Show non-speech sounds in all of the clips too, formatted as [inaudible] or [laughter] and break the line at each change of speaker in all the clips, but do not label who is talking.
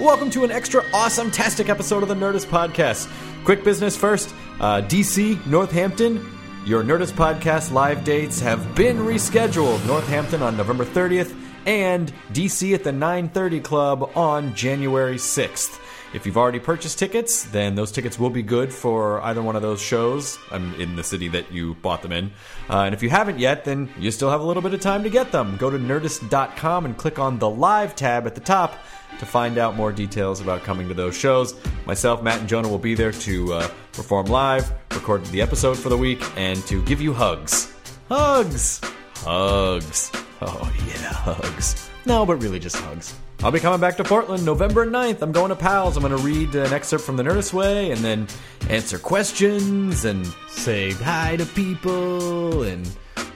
Welcome to an extra awesome tastic episode of the Nerdist Podcast. Quick business first uh, DC, Northampton. Your Nerdist Podcast live dates have been rescheduled. Northampton on November 30th and DC at the 930 Club on January 6th. If you've already purchased tickets, then those tickets will be good for either one of those shows. I'm in the city that you bought them in. Uh, and if you haven't yet, then you still have a little bit of time to get them. Go to nerdist.com and click on the live tab at the top to find out more details about coming to those shows. Myself, Matt, and Jonah will be there to uh, perform live, record the episode for the week, and to give you hugs. Hugs! Hugs. Oh, yeah, hugs. No, but really just hugs. I'll be coming back to Portland November 9th. I'm going to Pals. I'm going to read an excerpt from The Nerdist Way and then answer questions and say hi to people and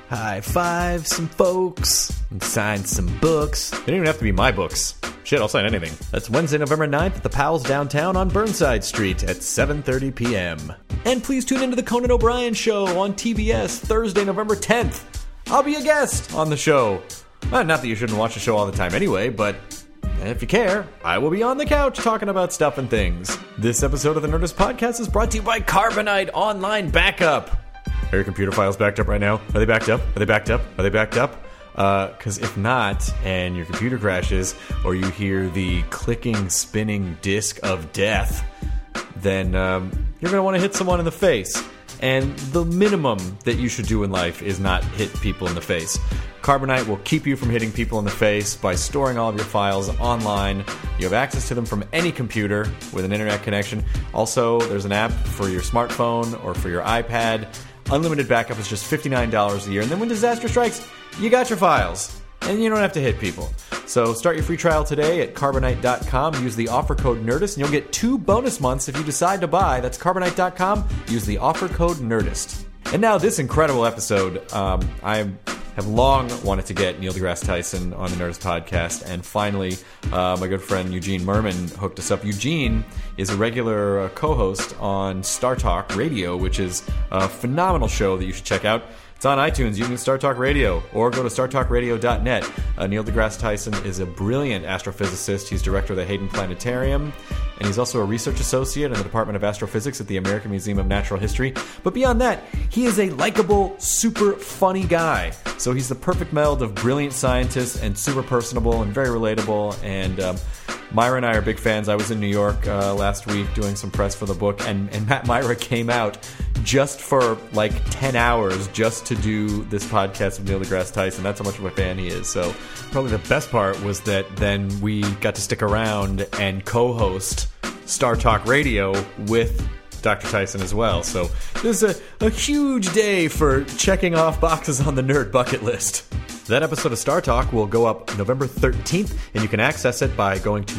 high five some folks and sign some books. They don't even have to be my books. Shit, I'll sign anything. That's Wednesday, November 9th at the Pals downtown on Burnside Street at 7:30 p.m. And please tune into the Conan O'Brien show on TBS Thursday, November 10th. I'll be a guest on the show. Uh, not that you shouldn't watch the show all the time anyway, but and if you care, I will be on the couch talking about stuff and things. This episode of the Nerdist Podcast is brought to you by Carbonite Online Backup. Are your computer files backed up right now? Are they backed up? Are they backed up? Are they backed up? Because if not, and your computer crashes, or you hear the clicking, spinning disc of death, then um, you're going to want to hit someone in the face. And the minimum that you should do in life is not hit people in the face. Carbonite will keep you from hitting people in the face by storing all of your files online. You have access to them from any computer with an internet connection. Also, there's an app for your smartphone or for your iPad. Unlimited backup is just $59 a year. And then when disaster strikes, you got your files and you don't have to hit people. So start your free trial today at carbonite.com. Use the offer code NERDIST, and you'll get two bonus months if you decide to buy. That's carbonite.com. Use the offer code NERDIST. And now, this incredible episode. Um, I have long wanted to get Neil deGrasse Tyson on the Nerdist podcast, and finally, uh, my good friend Eugene Merman hooked us up. Eugene is a regular uh, co host on Star Talk Radio, which is a phenomenal show that you should check out. It's on iTunes. You can Star Talk Radio or go to startalkradio.net. Uh, Neil deGrasse Tyson is a brilliant astrophysicist. He's director of the Hayden Planetarium, and he's also a research associate in the Department of Astrophysics at the American Museum of Natural History. But beyond that, he is a likable, super funny guy. So he's the perfect meld of brilliant scientist and super personable and very relatable. And um, Myra and I are big fans. I was in New York uh, last week doing some press for the book, and, and Matt Myra [laughs] came out just for like 10 hours just to do this podcast with Neil deGrasse Tyson. That's how much of a fan he is. So, probably the best part was that then we got to stick around and co host Star Talk Radio with. Dr. Tyson as well. So, this is a, a huge day for checking off boxes on the nerd bucket list. That episode of Star Talk will go up November 13th, and you can access it by going to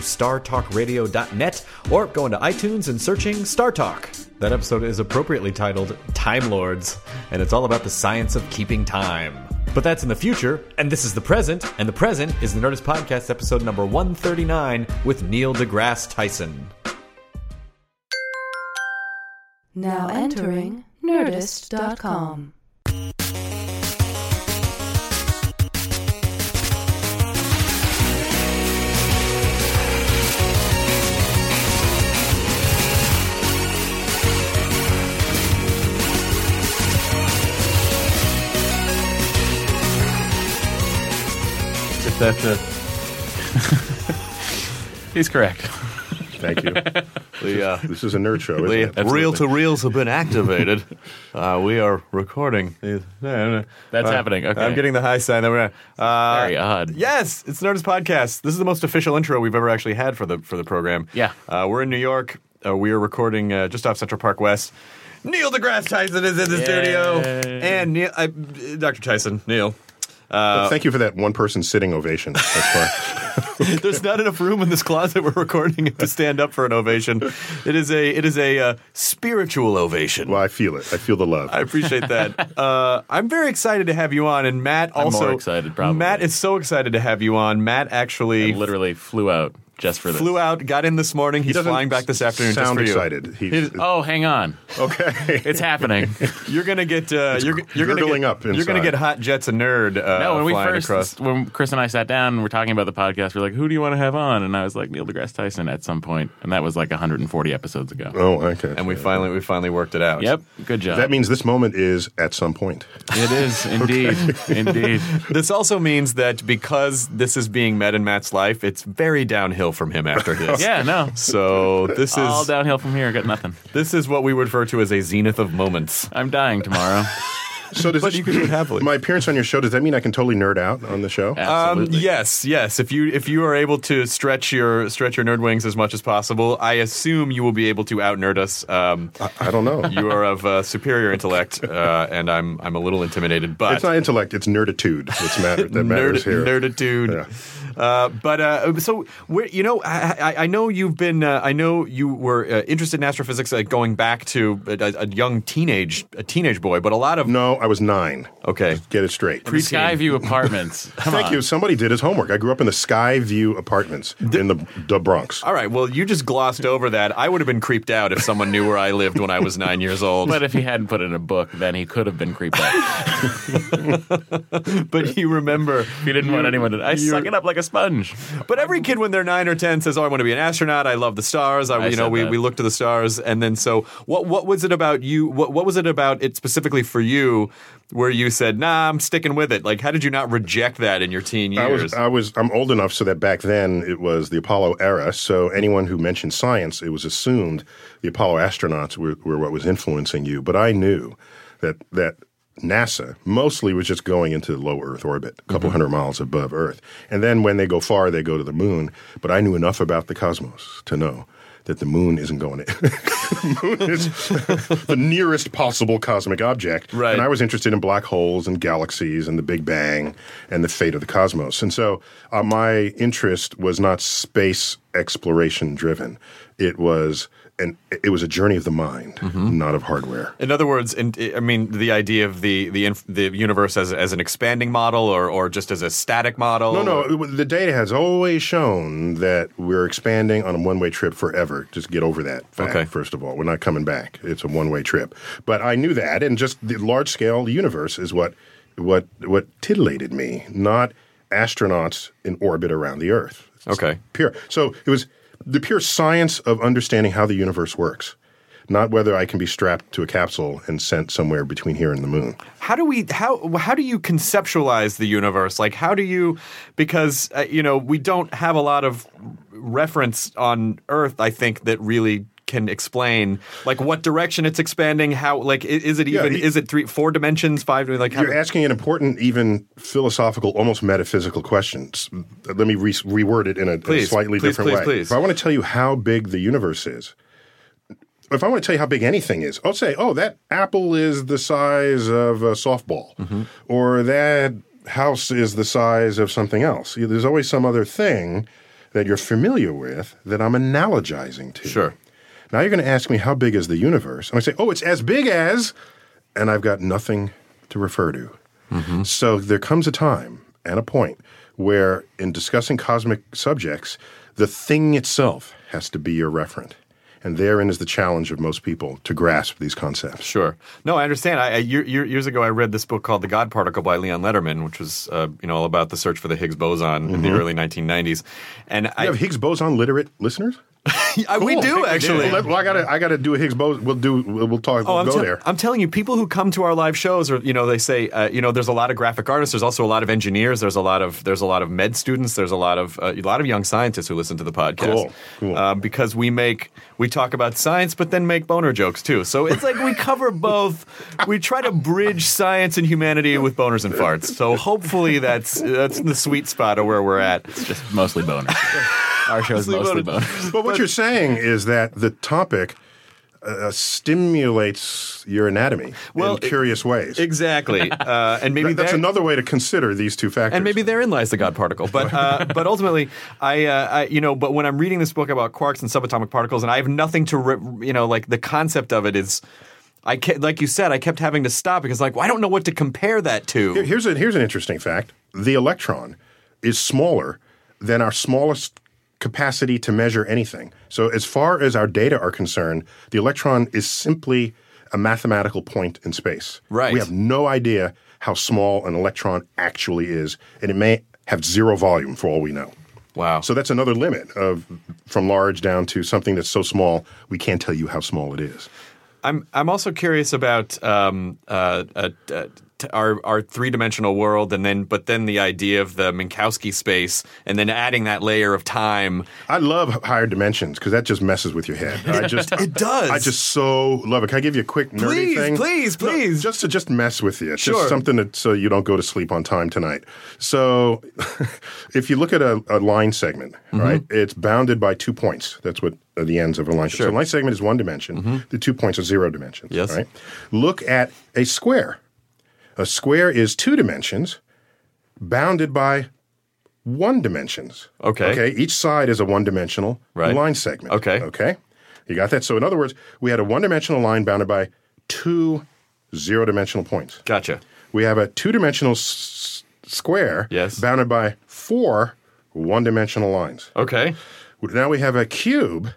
startalkradio.net or going to iTunes and searching Star Talk. That episode is appropriately titled Time Lords, and it's all about the science of keeping time. But that's in the future, and this is the present, and the present is the Nerdist Podcast episode number 139 with Neil deGrasse Tyson.
Now entering nerdist.com.
That's it.
He's correct.
Thank [laughs] you.
The, uh,
This is a nerd show.
the
Isn't it?
reel to reels have been
[laughs]
activated. uh, we are recording.
That's uh,
happening, okay.
I'm getting the high sign that we're at. Uh,
Very odd.
Yes, it's Nerdist Podcast. This is the most official intro we've ever actually had for the for the program.
Yeah.
Uh, we're in New York. Uh, we are recording uh, just off Central Park West. Neil deGrasse Tyson is in the studio, and Neil, I, Dr. Tyson, Neil. [laughs]
Uh, Thank you for that one person sitting ovation. That's
[laughs]
why.
There's not enough room in this closet we're recording in to stand up for an ovation. It is a it is a uh, spiritual ovation.
well, I feel it. I feel the love.
I appreciate
[laughs]
that. Uh, I'm very excited to have you on, and Matt
I'm
also
more excited, probably.
Matt is so excited to have you on. Matt actually
He literally flew out just for this.
flew out, got in this morning. He's
doesn't
flying back this afternoon.
Sound
just for
excited. He's,
He- oh, hang on.
okay.
[laughs]
[laughs]
It's happening.
You. You're gonna get uh, you're you're gonna
gurgling
get,
up
You're gonna
inside.
get hot jets and nerd. Uh,
no, when we
flying
first,
across.
when Chris and I sat down, and we're talking about the podcast. We're like, "Who do you want to have on?" And I was like, "Neil deGrasse Tyson." At some point, and that was like 140 episodes ago.
Oh, okay.
and we finally we finally worked it out.
Yep, good job.
that means this moment is at
[laughs]
some point.
it is indeed, indeed.
This also means that because this is being met in Matt's life, it's very downhill from him after this.
[laughs] Yeah, no,
So this is
all downhill from here. Got nothing.
this is what we refer to as a zenith of moments.
I'm dying
Um,
tomorrow.
So does
But
this-
you can do it happily.
[laughs] My appearance on your show does that mean I can totally nerd out on the show?
Um,
Absolutely.
yes, yes. If you if you are able to stretch your stretch your nerd wings as much as possible, I assume you will be able to out nerd us. Um,
[laughs] I don't know.
[laughs] you are of uh, superior intellect, uh, and I'm I'm a little intimidated, but
it's not intellect. It's nerditude. That's matter. That matters here.
nerditude. Uh, but uh, so where, you know, I, I, I know you've been. Uh, I know you were uh, interested in astrophysics, uh, going back to a, a, a young teenage a teenage boy. But a lot of
No, I was nine.
okay,
Get it straight.
[laughs]
The Skyview Apartments. Come
Thank
on.
you. Somebody did his homework. I grew up in the Skyview Apartments in the, the Bronx.
All right. Well, you just glossed over that. I would have been creeped out if someone knew where I lived when I was nine years old.
But if he hadn't put it in a book, then he could have been creeped out.
but you remember.
He didn't want anyone to. I suck it up like a sponge.
But every kid when they're nine or ten says, "Oh, I want to be an astronaut. I love the stars. I,
I
you know,
said
we,
that.
we look to the stars." And then so, what what was it about you? What what was it about it specifically for you? Where you said, "Nah, I'm sticking with it." Like, how did you not reject that in your teen
I
years?
was, I was, I'm old enough so that back then it was the Apollo era. So anyone who mentioned science, it was assumed the Apollo astronauts were, were what was influencing you. But I knew that that NASA mostly was just going into low Earth orbit, a couple hundred miles above Earth, and then when they go far, they go to the moon. But I knew enough about the cosmos to know. That the moon isn't going to. [laughs] the moon is [laughs] the nearest possible cosmic object.
Right.
And I was interested in black holes and galaxies and the Big Bang and the fate of the cosmos. And so uh, my interest was not space exploration driven. It was an it was a journey of the mind, not of hardware.
in other words, in, I mean, the idea of the the inf- the universe as as an expanding model, or or just as a static model.
No,
or-
no. The data has always shown that we're expanding on a one-way trip forever. Just get over that fact.
Okay.
First of all, we're not coming back. It's a one-way trip. But I knew that, and just the large-scale universe is what what what titillated me, not astronauts in orbit around the Earth. It's
Okay.
Pure. So it was the pure science of understanding how the universe works. Not whether I can be strapped to a capsule and sent somewhere between here and the moon.
how do we how how do you conceptualize the universe like how do you because uh, you know we don't have a lot of reference on earth i think that really can explain like what direction it's expanding how like i- is it even
the-
is it three four dimensions five like how,
You're asking an important, even philosophical, almost metaphysical question. S- Let me re- reword it in a, in a
Please,
slightly
please,
different
please,
way.
please.
If I want to tell you how big the universe is, if I want to tell you how big anything is, I'll say, oh, that apple is the size of a softball,
Mm-hmm.
or that house is the size of something else. You- There's always some other thing that you're familiar with that I'm analogizing to.
Sure.
Now you're going to ask me, how big is the universe? And I say, oh, it's as big as, and I've got nothing to refer to. So there comes a time and a point where, in discussing cosmic subjects, the thing itself has to be your referent. And therein is the challenge of most people to grasp these concepts.
Sure. No, I understand. I, I year, year, years ago, I read this book called *The God Particle* by Leon Letterman, which was uh, you know all
Mm-hmm.
about the search for the Higgs boson in the early 1990s. And I,
You have Higgs boson literate listeners?
Yeah, we do actually.
Well, let- well, I gotta, I gotta do a Higgs boson. We'll do, we'll, we'll talk.
Oh,
we'll
I'm,
go
tell-
there.
I'm telling you, people who come to our live shows are, you know, they say, uh, you know, there's a lot of graphic artists. There's also a lot of engineers. There's a lot of there's a lot of med students. There's a lot of uh, a lot of young scientists who listen to the podcast.
Cool, cool.
Uh, because we make we talk about science, but then make boner jokes too. So it's like we cover both. we try to bridge science and humanity with boners and farts. So hopefully that's that's the sweet spot of where we're at.
It's just mostly boners. Our show's mostly boners.
But what you're saying is that the topic uh, stimulates your anatomy
Well,
in curious ways.
Exactly, uh, and maybe
That- that's
there-
another way to consider these two factors.
and maybe therein lies the God particle. But [laughs] uh, but ultimately, I, uh, I you know, but when I'm reading this book about quarks and subatomic particles, and I have nothing to re- you know, like the concept of it is, I ke- like you said, I kept having to stop because like well, I don't know what to compare that
Here-
to.
here's a, here's an interesting fact: the electron is smaller than our smallest capacity to measure anything. So, as far as our data are concerned, the electron is simply a mathematical point in space.
Right.
We have no idea how small an electron actually is, and it may have zero volume for all we know.
[laughs] Wow.
So that's another limit of from large down to something that's so small we can't tell you how small it is.
I'm I'm also curious about um, uh, uh, uh, t- our our three dimensional world, and then but then the idea of the Minkowski space, and then adding that layer of time.
I love higher dimensions because that just messes with your head. I just
It does.
I just so love it. Can I give you a quick nerdy
Please,
thing?
please, please.
just to just mess with you. It's
Sure.
Just something that so you don't go to sleep on time tonight. So, [laughs] if you look at a, a line segment,
Mm-hmm.
right, it's bounded by two points. That's what are the ends of a line. Sure. So, a line segment is one dimension. The two points are zero dimensions.
Mm-hmm. Yes.
Right. Look at a square. A square is two dimensions, bounded by one dimensions.
Okay.
Okay. Each side is a one dimensional
Right.
line segment.
Okay.
Okay. You got that? So, in other words, we had a one dimensional line bounded by two zero dimensional points.
Gotcha.
We have a two dimensional s- square
Yes.
bounded by four one dimensional lines.
Okay.
Now we have a cube,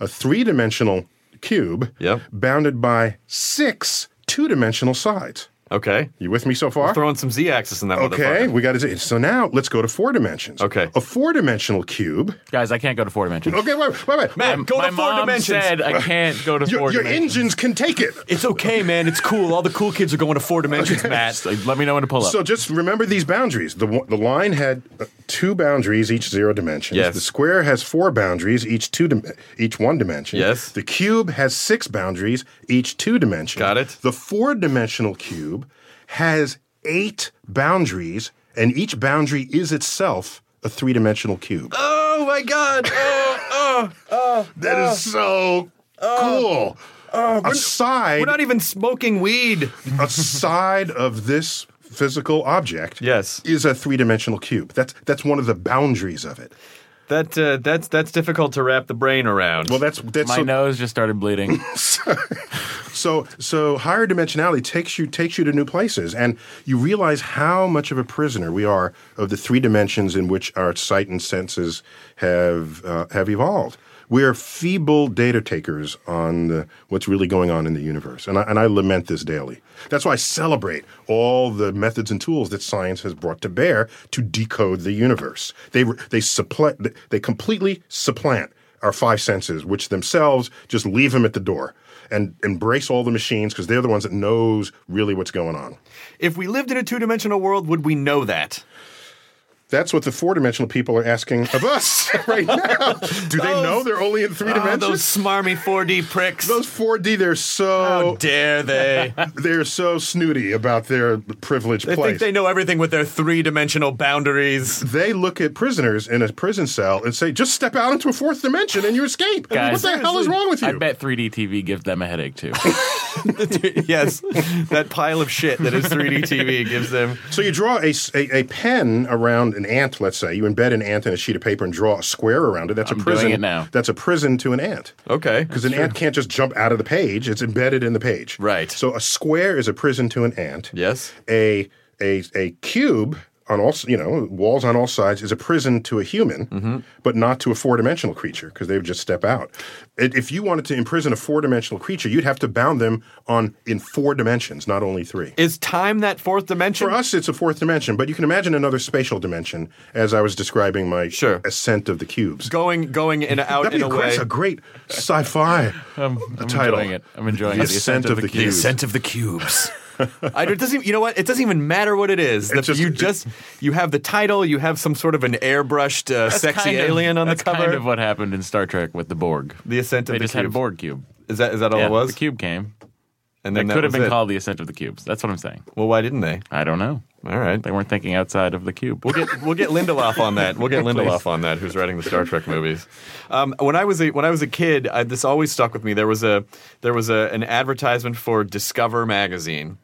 a three dimensional cube
Yep.
bounded by six two dimensional sides.
Okay.
You with me so far?
Throwing some z-axis in that
Okay,
motherfucker.
we got to. So now let's go to four dimensions.
Okay.
A four dimensional cube.
Guys, I can't go to four dimensions.
Okay, wait, wait, wait.
Matt, go
My
to four
mom
dimensions.
said [laughs] I can't go to
your,
four
your
dimensions.
engines can take it.
It's okay, man. It's cool. All the cool kids are going to four
[laughs]
dimensions, Matt.
Like, let me know when to pull up.
So just remember these boundaries. The one- the line had uh, two boundaries, each zero dimensions.
Yes.
The square has four boundaries, each two dim- each one dimension.
Yes.
The cube has six boundaries, each two dimensions.
Got it.
The four dimensional cube has eight boundaries, and each boundary is itself a three dimensional cube.
Oh my god. Oh, oh.
That is so cool. a side,
uh, We're not e- even smoking weed.
a side of this physical object.
Yes.
is a three-dimensional cube. That's that's one of the boundaries of it.
That uh, that's that's difficult to wrap the brain around.
Well, that's that's
My
so,
nose just
[laughs]
started bleeding.
so so higher dimensionality takes you takes you to new places, and you realize how much of a prisoner we are of the three dimensions in which our sight and senses have uh, have evolved. We are feeble data takers on the, what's really going on in the universe, and I, and I lament this daily. That's why I celebrate all the methods and tools that science has brought to bear to decode the universe. They they supplant they completely supplant our five senses, which themselves just leave them at the door and embrace all the machines because they're the ones that knows really what's going on.
if we lived in a two-dimensional world, would we know that?
That's what the four-dimensional people are asking of us [laughs] right now. Do they know they're only in
Ah,
three
Oh,
dimensions?
those smarmy 4D pricks.
Those 4D, they're
How
so
dare [laughs] they?
they're so snooty about their privileged
they think
place.
they know everything with their three-dimensional boundaries.
They look at prisoners in a prison cell and say, "Just step out into a fourth dimension and you escape."
Guys,
what the hell is wrong with you?
I bet 3D TV gives them a
[laughs]
headache too.
[laughs] yes, that pile of shit that is 3D TV gives them.
So you draw a, s- a- a pen around an ant, let's say. You embed an ant in a sheet of paper and draw a square around it. That's a
doing
prison.
it now.
That's a prison to an ant.
Okay.
Because an ant can't just jump out of the page. It's embedded in the page.
Right.
So a square is a prison to an ant.
Yes.
A a a cube on all s- you know walls on all sides is a prison to a human,
Mm-hmm.
but not to a four dimensional creature because they would just step out. I- If you wanted to imprison a four dimensional creature, you'd have to bound them on in four dimensions, not only three.
Is time that fourth dimension?
For us, it's a fourth dimension, but you can imagine another spatial dimension, as I was describing my
Sure.
ascent of the cubes.
Going, going in out
That'd
in a
be a,
way. Um,
that's a great
[laughs]
sci-fi
I'm
title.
enjoying it. I'm enjoying
The
it. The
Ascent
ascent
of
of the,
the
cube.
Cube.
Ascent of the [laughs] cubes. I, it doesn't. You know what? It doesn't even matter what it is. The-
just-
you just you have the title. You have some sort of an airbrushed uh,
That's
sexy
kind of-
alien on the
that's
cover.
Kind of what happened in Star Trek with the Borg.
the ascent of
they
the
just
cubes.
had a Borg cube.
Is that is that all
Yeah,
it was?
The cube came.
And
It
then that
could have
was
been
it.
called the Ascent of the Cubes. That's what I'm saying.
Well, why didn't they?
I don't know.
All right.
They weren't thinking outside of the cube.
We'll get we'll get Lindelof on that. We'll get Lindelof on that. Who's writing the Star Trek movies? Um, when I was a, when I was a kid, I, this always stuck with me. There was a there was a, an advertisement for Discover magazine,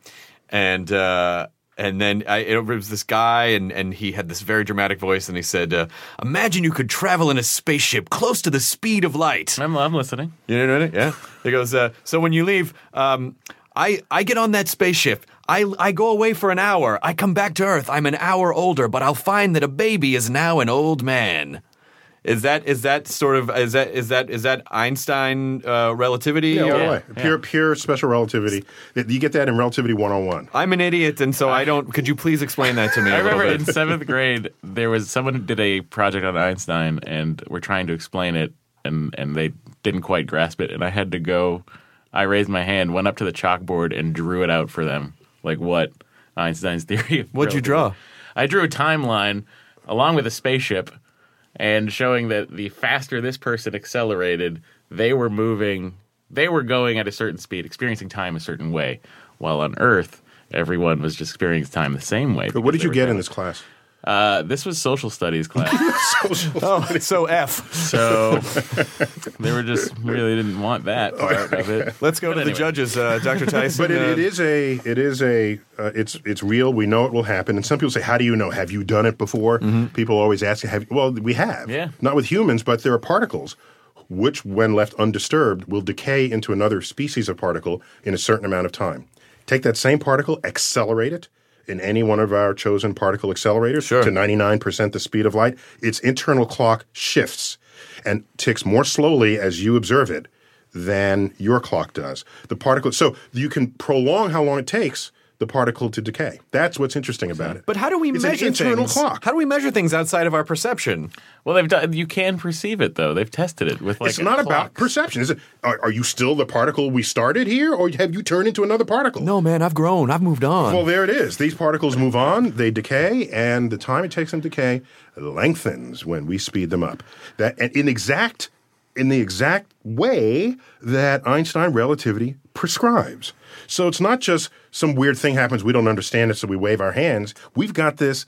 and uh, and then I, it was this guy, and and he had this very dramatic voice, and he said, uh, "Imagine you could travel in a spaceship close to the speed of light."
I'm, I'm listening.
You know what I mean? Yeah. He goes, uh, so when you leave, um, I, I get on that spaceship. I, I go away for an hour. I come back to Earth. I'm an hour older, but I'll find that a baby is now an old man. Is that is that sort of is that is that is that Einstein uh, relativity?
Yeah,
Or-
all the way. Pure, pure special relativity. You get that in Relativity 101.
I'm an idiot, and so I don't. Could you please explain that to me?
[laughs] I
a little
remember
bit? [laughs]
in seventh grade there was someone who did a project on Einstein and we're trying to explain it and and they didn't quite grasp it and I had to go I raised my hand, went up to the chalkboard and drew it out for them. Like what Einstein's [laughs] theory. of
What'd you
relativity-
draw?
I drew a timeline along with a spaceship and showing that the faster this person accelerated, they were moving, they were going at a certain speed, experiencing time a certain way, while on Earth, everyone was just experiencing time the same way.
But what
because
did you
they
get
were
in this class? [laughs]
uh, this was social studies class,
[laughs] oh, so F.
so they were just really didn't want that part of it.
[laughs] [laughs] Let's go
But
to the
anyway.
judges, uh, Dr. Tyson.
But it,
uh,
it is a, it is a, uh, it's it's real. We know it will happen. And some people say, "How do you know? Have you done it before?" People always ask, "Have you? well, we have.
Yeah.
Not with humans, but there are particles which, when left undisturbed, will decay into another species of particle in a certain amount of time. Take that same particle, accelerate it in any one of our chosen particle accelerators to 99% the speed of light. Its internal clock shifts and ticks more slowly as you observe it than your clock does. The particle, so you can prolong how long it takes the particle to decay. That's what's interesting about it.
But how do we
It's an
measure
internal
things?
clock?
How do we measure things outside of our perception?
Well, they've done. You can perceive it though. They've tested it with like.
it's not about
clocks.
perception. Is it? Are, are you still the particle we started here, or have you turned into another particle?
No, Oh, man, I've grown. I've moved on.
Well, there it is. These particles move on, they decay, and the time it takes them to decay lengthens when we speed them up. That and in exact in the exact way that Einstein relativity prescribes. So it's not just some weird thing happens we don't understand it so we wave our hands. We've got this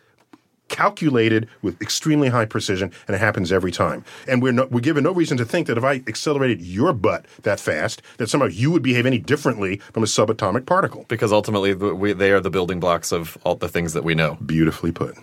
calculated with extremely high precision, and it happens every time. And we're, no, we're given no reason to think that if I accelerated your butt that fast, that somehow you would behave any differently from a subatomic particle.
because ultimately th- we, they are the building blocks of all the things that we know.
Beautifully put.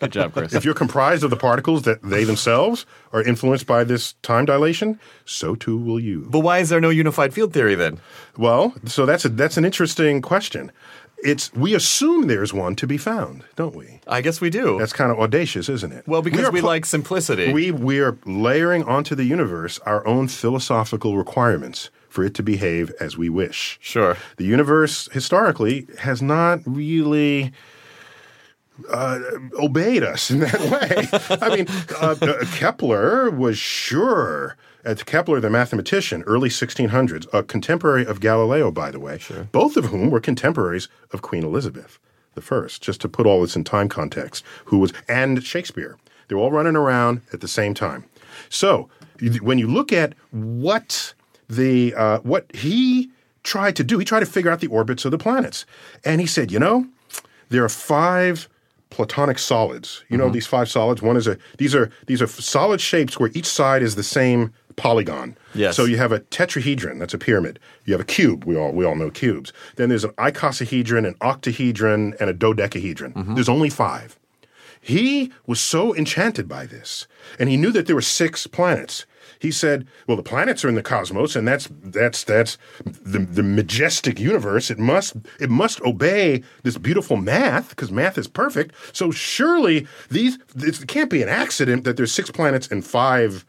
Good job, Chris.
If you're comprised of the particles that they themselves are influenced by this time dilation, so too will you.
But why is there no unified field theory then?
Well, so that's a, that's an interesting question. It's we assume there's one to be found, don't we?
I guess we do.
That's kind of audacious, isn't it?
well, because
are
we,
pl-
like simplicity.
we we are layering onto the universe our own philosophical requirements for it to behave as we wish.
sure.
The universe historically has not really uh, obeyed us in that way. I mean, uh, uh, Kepler was sure. At Kepler, the mathematician, early 1600s, a contemporary of Galileo, by the way, both of whom were contemporaries of Queen Elizabeth the first. Just to put all this in time context, who was and Shakespeare, they're all running around at the same time. So you- when you look at what the uh, what he tried to do, he tried to figure out the orbits of the planets, and he said, you know, there are five platonic solids. You know these five solids. One is a these are these are solid shapes where each side is the same polygon.
Yes.
So you have a tetrahedron, that's a pyramid. You have a cube, we all we all know cubes. Then there's an icosahedron, an octahedron, and a dodecahedron. There's only five. He was so enchanted by this, and he knew that there were six planets. He said, "Well, the planets are in the cosmos, and that's that's that's the, the majestic universe. It must it must obey this beautiful math because math is perfect. So surely these it's- it can't be an accident that there's six planets and five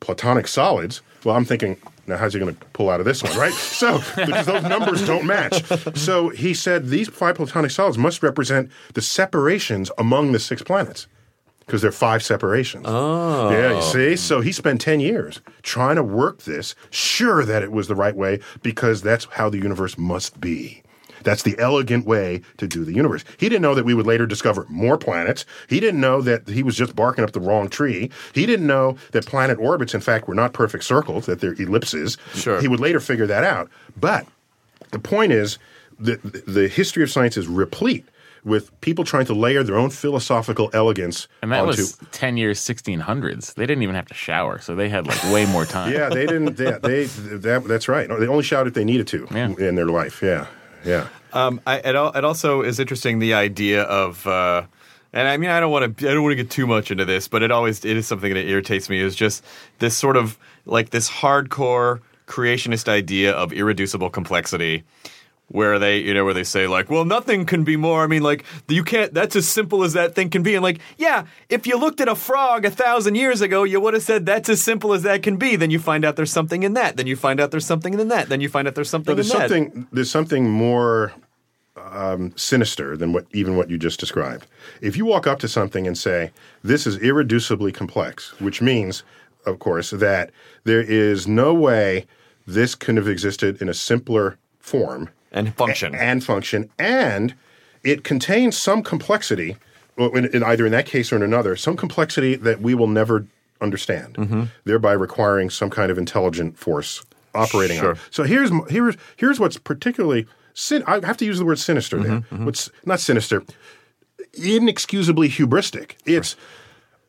platonic solids. Well, I'm thinking, now how's he going to pull out of this one, right? So, because those numbers don't match. So he said these five platonic solids must represent the separations among the six planets because there are five separations. Oh. Yeah, you see? So he spent 10 years trying to work this, sure that it was the right way because that's how the universe must be. That's the elegant way to do the universe. He didn't know that we would later discover more planets. He didn't know that he was just barking up the wrong tree. He didn't know that planet orbits, in fact, were not perfect circles, that they're ellipses. Sure. He would later figure that out. But the point is that the- the history of science is replete with people trying to layer their own philosophical elegance
And that
onto
was 10 years, 1600s. They didn't even have to shower, so they had like way more
[laughs]
time.
yeah, they didn't. They, they that that's right. No, They only shouted if they needed to
Yeah.
in their life. Yeah, yeah.
Um, I, it, al- it also is interesting the idea of, uh, and I mean, I don't want to, I don't want to get too much into this, but it always, it is something that irritates me. Is just this sort of like this hardcore creationist idea of irreducible complexity, where they, you know, where they say like, well, nothing can be more. I mean, like you can't. That's as simple as that thing can be. And like, yeah, if you looked at a frog a thousand years ago, you would have said that's as simple as that can be. Then you find out there's something in that. Then you find out there's something in that. Then you find out there's something.
But there's
in that.
something there's something more um, sinister than what even what you just described. If you walk up to something and say this is irreducibly complex, which means, of course, that there is no way this could have existed in a simpler form
and function.
A- and function, and it contains some complexity, well, in, in either in that case or in another, some complexity that we will never understand, thereby requiring some kind of intelligent force operating on. it. So here's m- here's here's what's particularly sin. I have to use the word sinister there. What's not sinister? Inexcusably hubristic. It's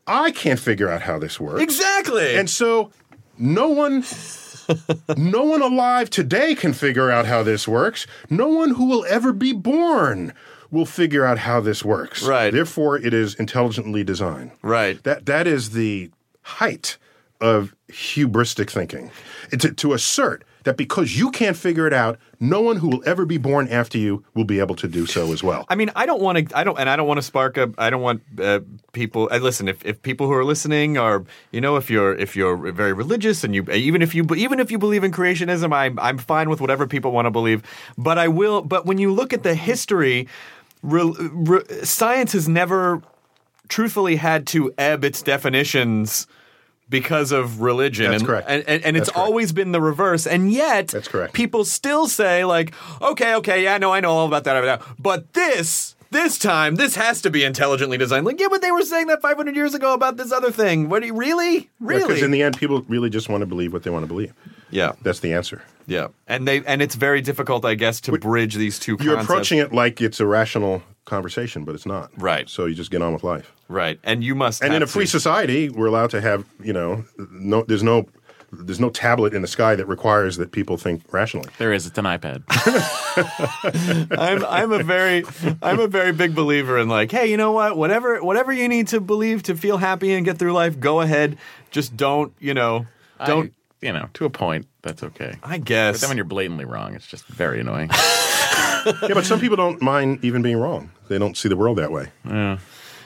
I can't figure out how this works.
Exactly.
And so
[laughs]
no one no one alive today can figure out how this works. No one who will ever be born will figure out how this works.
Right.
Therefore it is intelligently designed.
right.
That that is the height of hubristic thinking. It- To, to assert that because you can't figure it out, no one who will ever be born after you will be able to do so as well.
I mean, I don't want to. I don't, and I don't want to spark a. I don't want uh, people. And listen, if, if people who are listening are, you know, if you're if you're very religious and you even if you even if you believe in creationism, I'm I'm fine with whatever people want to believe. But I will. But when you look at the history, re, re, science has never truthfully had to ebb its definitions because of religion.
That's
and,
correct.
And, and, and it's
That's correct.
always been the reverse. And yet,
That's correct.
people still say, like, okay, okay, yeah, no, I know all about that, I know. but this. This time, this has to be intelligently designed. Like, yeah, but they were saying that 500 years ago about this other thing. What? do you- Really? Really?
Because in the end, people really just want to believe what they want to believe.
yeah,
That's the answer.
yeah. And they and it's very difficult, I guess, to bridge these 2
You're
concepts.
approaching it like it's a rational conversation, but it's not.
Right.
So you just get on with life.
right. And you must.
And in
have
a free
to-
society, we're allowed to have you know no there's no there's no tablet in the sky that requires that people think rationally.
There is. It's an iPad.
I'm I'm a very I'm a very big believer in like, hey, you know what? Whatever whatever you need to believe to feel happy and get through life, go ahead. Just don't, you know, [laughs] don't
I- you know, to a point, that's okay.
I,
But
guess.
then when you're blatantly wrong, it's just very annoying.
Yeah, but some people don't mind even being wrong. They don't see the world that way.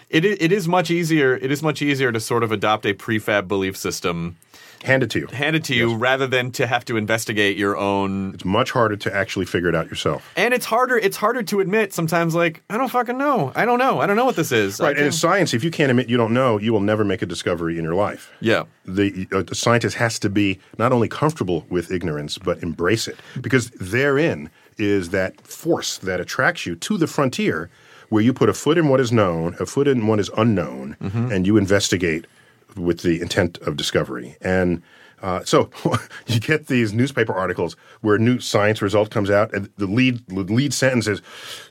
It i- it is much easier it is much easier to sort of adopt a prefab belief system
Hand it to you.
handed to you rather than to have to investigate your own
It's much harder to actually figure it out yourself.
and it's harder it's harder to admit sometimes like I don't fucking know. I don't know. I don't know what this is. I
Right. And in
can't-
science, if you can't admit you don't know, you will never make a discovery in your life.
yeah.
the, uh, the scientist has to be not only comfortable with ignorance but embrace it because therein is that force that attracts you to the frontier where you put a foot in what is known a foot in what is unknown and you investigate with the intent of discovery and uh, so [laughs] you get these newspaper articles where a new science result comes out, and the lead the lead sentence is,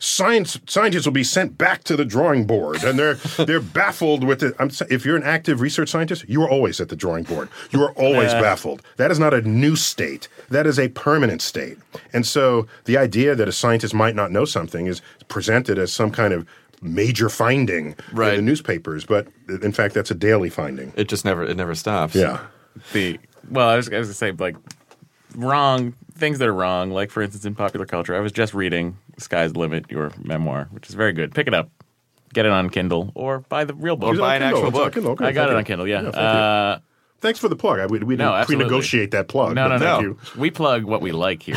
"Science scientists will be sent back to the drawing board," and they're they're baffled with it. I'm, s- if you're an active research scientist, you are always at the drawing board. You are always baffled. That is not a new state. That is a permanent state. And so the idea that a scientist might not know something is presented as some kind of major finding
Right.
in the newspapers, but in fact, that's a daily finding.
It just never it never stops.
Yeah.
the well, I was, I was gonna say like wrong things that are wrong. Like for instance, in popular culture, I was just reading "Sky's the Limit," your memoir, which is very good. Pick it up, get it on Kindle, or buy the real book.
Is it on
buy an
Kindle?
actual
It's on
book.
Kindle. Okay,
I got
thank
it
you.
on Kindle. Yeah.
thank you.
uh,
Thanks for the plug. I, we we
No,
didn't
absolutely.
pre-negotiate that plug.
no, no,
but
no.
thank you.
We plug what we like here.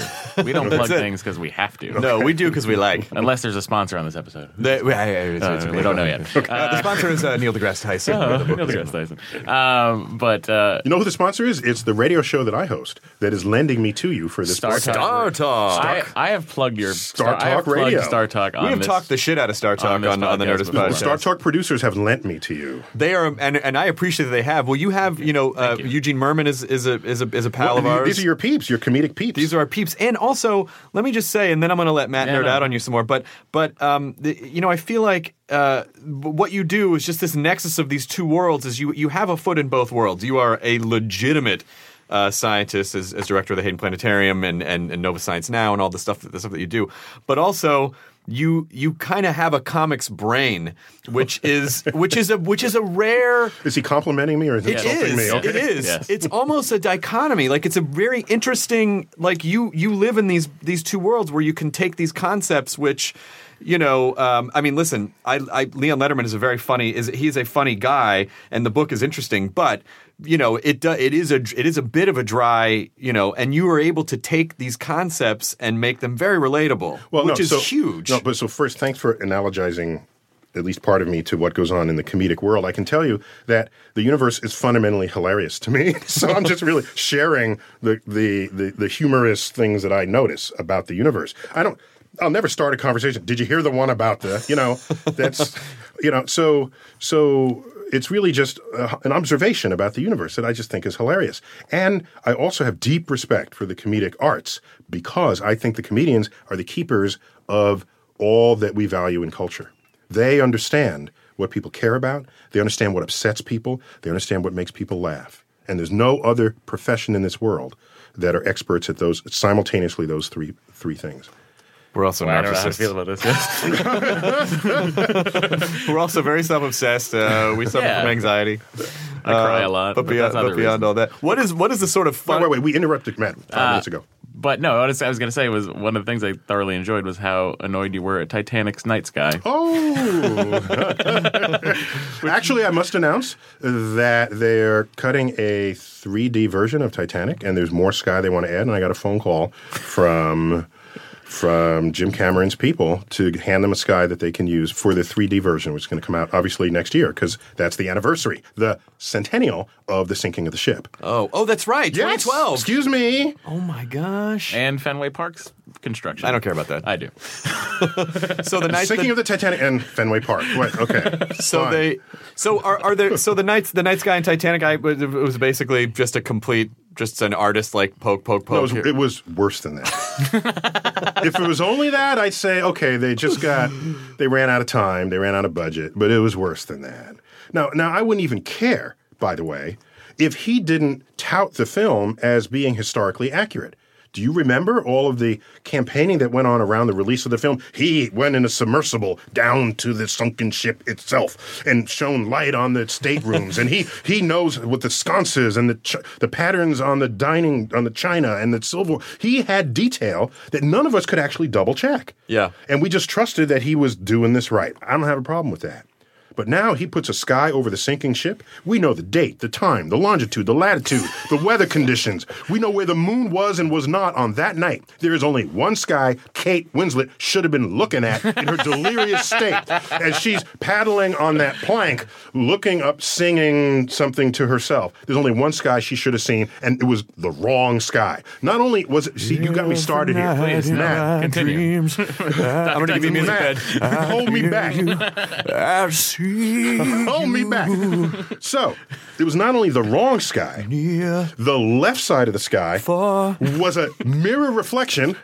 [laughs]
We don't plug
it.
things because we have to.
No, we do because we like.
Unless there's a sponsor on this episode.
[laughs]
They- we- I- I- it's-
Uh,
it's okay.
we don't know yet.
Uh, the sponsor is uh, Neil deGrasse Tyson.
Uh,
The book
Neil
is-
deGrasse Tyson. Um, but uh,
You know who the sponsor is? It's the radio show that I host that is lending me to you for this.
Star
podcast.
Talk.
Star Talk.
I, I have plugged your
Star
I have
Talk
plugged
Radio.
Star Talk on
we have
this.
talked the shit out of Star Talk
this
on, on the
podcast
Nerdist
before.
podcast.
Star Talk producers have lent me to you.
They are, and, and I appreciate that they have. Well, you have, you know, uh, Eugene Merman is is a is a is a pal of
Well,
ours.
These are your peeps, your comedic peeps.
These are our peeps. And also, let me just say, and then I'm going to let Matt
Yeah,
nerd
no.
out on you some more. But but um, the, you know, I feel like uh, w- what you do is just this nexus of these two worlds. Is you you have a foot in both worlds. You are a legitimate. Uh, scientist as, as director of the Hayden Planetarium and, and, and Nova Science Now and all the stuff that the stuff that you do, but also you you kind of have a comics brain, which is which is a which is a rare
Is he complimenting me or is he
it
insulting
is.
me? Oh, Okay.
It is.
Yes.
It's almost a dichotomy. Like it's a very interesting. Like you you live in these these two worlds where you can take these concepts, which you know. Um, I mean, listen. I, I Leon Letterman is a very funny. Is he's a funny guy, and the book is interesting, but. You know, it do, it is a it is a bit of a dry, you know, and you are able to take these concepts and make them very relatable, which
no,
is
so-
huge.
No, but so first, thanks for analogizing at least part of me to what goes on in the comedic world. I can tell you that the universe is fundamentally hilarious to me. [laughs] so I'm just really sharing the, the the the humorous things that I notice about the universe. I don't. I'll never start a conversation. Did you hear the one about the? You know, that's [laughs] you know. So so it's really just uh, an observation about the universe that I just think is hilarious. And I also have deep respect for the comedic arts because I think the comedians are the keepers of all that we value in culture. They understand what people care about, they understand what upsets people, they understand what makes people laugh. And there's no other profession in this world that are experts at those simultaneously those three three things.
We're also
I don't know how to feel about this.
We're also very self-obsessed. Uh, we suffer
Yeah.
from anxiety.
I cry a lot,
Uh, Um, but,
but
beyond,
that's other
but beyond all
reasons.
that, what is what is the sort of
Wait,
fun?
wait, wait, we interrupted Matt five minutes ago.
But no, what I was- I was going to say was one of the things I thoroughly enjoyed was how annoyed you were at Titanic's night sky.
Oh, actually, I must announce that they're cutting a 3D version of Titanic, and there's more sky they want to add. And I got a phone call from from Jim Cameron's people to hand them a sky that they can use for the 3D version, which is going to come out obviously next year because that's the anniversary, the centennial of the sinking of the ship.
Oh, oh, that's right,
Yes,
2012.
Excuse me.
oh my gosh,
And Fenway Park's construction.
I don't care about that.
I do.
[laughs] so the nights,
Sinking
that-
of the Titanic and Fenway Park. What? Okay.
[laughs] so
Fine.
they, so are are there? So the nights, the nights guy and Titanic guy was, it was basically just a complete, just an artist like poke, poke,
No,
poke.
it, was, it was worse than that. if it was only that, I'd say okay, they just got they ran out of time, they ran out of budget, but it was worse than that. Now, now I wouldn't even care, by the way, if he didn't tout the film as being historically accurate. Do you remember all of the campaigning that went on around the release of the film? He went in a submersible down to the sunken ship itself and shone light on the staterooms, and he he knows what the sconces and the ch- the patterns on the dining on the china and the silver. He had detail that none of us could actually double check.
Yeah.
and we just trusted that he was doing this right. I don't have a problem with that. But now he puts a sky over the sinking ship. We know the date, the time, the longitude, the latitude, the weather conditions. We know where the moon was and was not on that night. There is only one sky Kate Winslet should have been looking at in her delirious state as she's paddling on that plank, looking up, singing something to herself. There's only one sky she should have seen, and it was the wrong sky. Not only was it, see, you got me started here.
Please, no,
Matt,
continue.
Uh-huh. I'm gonna give you music Uh-huh.
Matt,
bed.
[laughs] hold me
[laughs]
back.
I see
Hold me back. So it was not only the wrong sky, the left side of the sky was a mirror reflection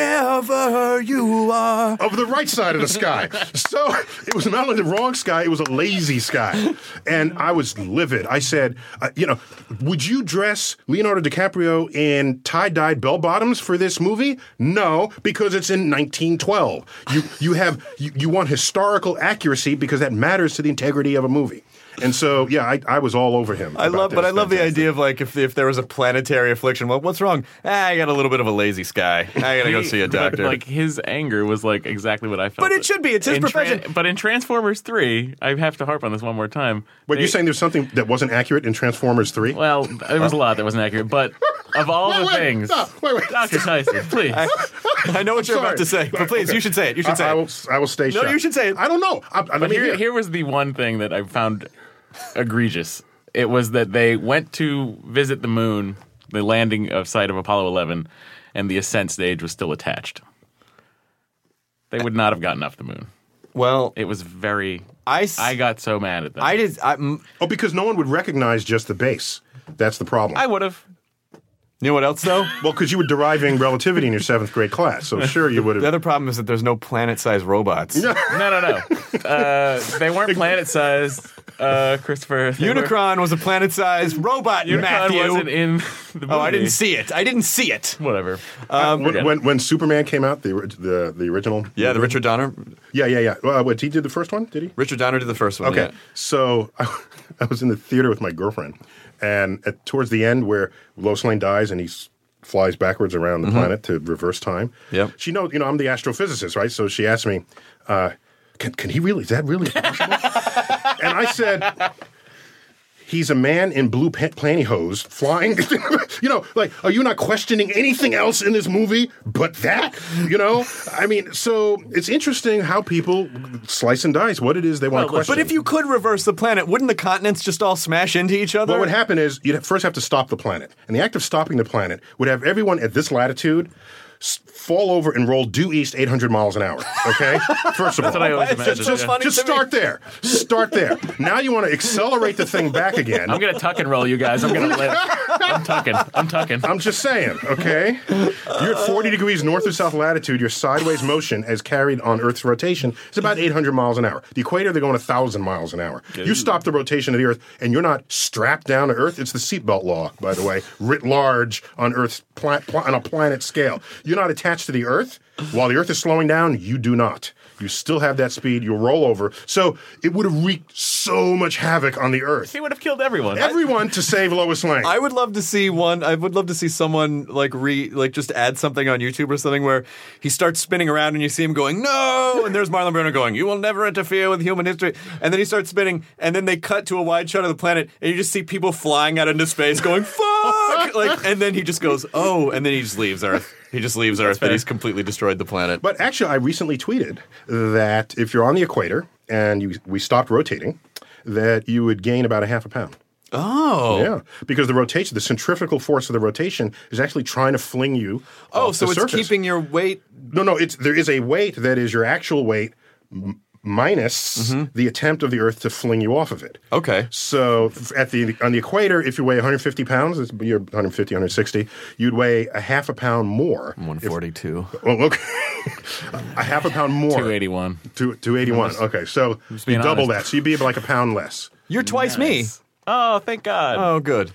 wherever you are.
of the right side of the sky.
[laughs]
So it was not only the wrong sky, it was a lazy sky. And I was livid. I said, uh, you know, would you dress Leonardo DiCaprio in tie-dyed bell bottoms for this movie? No, because it's in 1912. You you have you, you want historical accuracy because that matters to the integrity of a movie. And so, yeah, I, I was all over him.
I
about
love, but
this.
I love the
Fantastic.
idea of like if if there was a planetary affliction. Well, what's wrong? Ah, I got a little bit of a lazy sky. I gotta go
[laughs]
see a doctor.
Like his anger was like exactly what I felt.
But it should be. It's his
In Tran-
profession.
but in Transformers Three, I have to harp on this one more time.
Wait,
They-
you're saying there's something that wasn't accurate in Transformers 3?
Well, there was a lot that wasn't accurate, but of all
Wait,
the
wait,
things,
stop, wait, wait.
Doctor Tyson, please.
I know what you're about to say, but please, you should say it. You should say
I, I
it.
will, I will stay
No,
shut.
you should say it.
I don't know. I, I, let
But
me
here,
hear.
here was the one thing that I found egregious. It was that they went to visit the moon, the landing of site of Apollo 11, and the ascent stage was still attached. They would not have gotten off the moon.
Well,
It was very.
I s-
I got so mad at them.
I did. I, mm,
Oh, because no one would recognize just the base. That's the problem.
I would have.
you know what else
[laughs]
though?
well, because you were deriving relativity in your seventh grade
[laughs]
class, so sure you would
The
have.
other problem is that there's no planet-sized robots.
No, no, no. Uh,
[laughs]
they weren't planet sized, uh, Christopher. They were-
Unicron was a planet-sized robot.
Unicron
Matthew.
wasn't in the movie.
oh, I didn't see it. I didn't see it.
Whatever.
when, when, when Superman came out, the ori- the the original.
Yeah, the Richard Donner.
Yeah, yeah, yeah. Well, what he did the first one? Did he?
Richard Donner did the first one.
Okay.
yeah.
So [laughs] I, was in the theater with my girlfriend, and at, towards the end, where Lois Lane dies and he s- flies backwards around the planet to reverse time.
Yep.
She knows, you know, I'm the astrophysicist, right? So she asked me, uh, can, can he really, is that really possible? and I said, He's a man in blue pa- pantyhose flying. [laughs] you know, like, are you not questioning anything else in this movie but that? You know? I mean, so it's interesting how people slice and dice what it is they want to question.
But if you could reverse the planet, wouldn't the continents just all smash into each other?
What would happen is you'd first have to stop the planet. And the act of stopping the planet would have everyone at this latitude s- fall over and roll due east 800 miles an hour. Okay? [laughs] First of all.
what I always
It's just
imagined,
so
yeah.
funny
Just
to me.
start there. Start there. Now you want to accelerate the thing back again.
I'm gonna tuck and roll you guys. I'm gonna live. I'm tucking.
[laughs]
I'm tucking.
I'm just saying, okay? You're at 40 degrees north or south latitude. Your sideways motion, as carried on Earth's rotation, is about 800 miles an hour. The equator, they're going 1,000 miles an hour. You stop the rotation of the Earth, and you're not strapped down to Earth. It's the seatbelt law, by the way, writ large on Earth's pla- pla- on a planet scale. You're not attached to the Earth. While the Earth is slowing down, you do not. You still have that speed. You'll roll over. So it would have wreaked so much havoc on the Earth.
He would have killed everyone.
Everyone to save Lois Lane.
I would love to see one. I would love to see someone like re like just add something on YouTube or something where he starts spinning around and you see him going no, and there's Marlon Brando going you will never interfere with human history, and then he starts spinning, and then they cut to a wide shot of the planet, and you just see people flying out into space going
[laughs]
fuck, like, and then he just goes oh, and then he just leaves Earth. He just leaves Earth, but he's completely destroyed the planet.
But actually, I recently tweeted that if you're on the equator and you, we stopped rotating, that you would gain about a half a pound.
oh,
Yeah, because the rotation, the centrifugal force of the rotation, is actually trying to fling you.
oh,
off
so
the
it's
surface.
keeping your weight
No, no, it's there is a weight that is your actual weight m- minus the attempt of the Earth to fling you off of it.
Mm-hmm. okay.
So f- at the on the equator, if you weigh 150 pounds, it's- you're 150, 160, you'd weigh a half a pound more.
One forty-two.
Well, okay, [laughs] a half
[laughs]
a pound more.
281.
Two, 281. Okay, so you
being
double that.
honest.
So you'd be like a pound less.
You're twice me.
Oh, thank God.
Oh, good.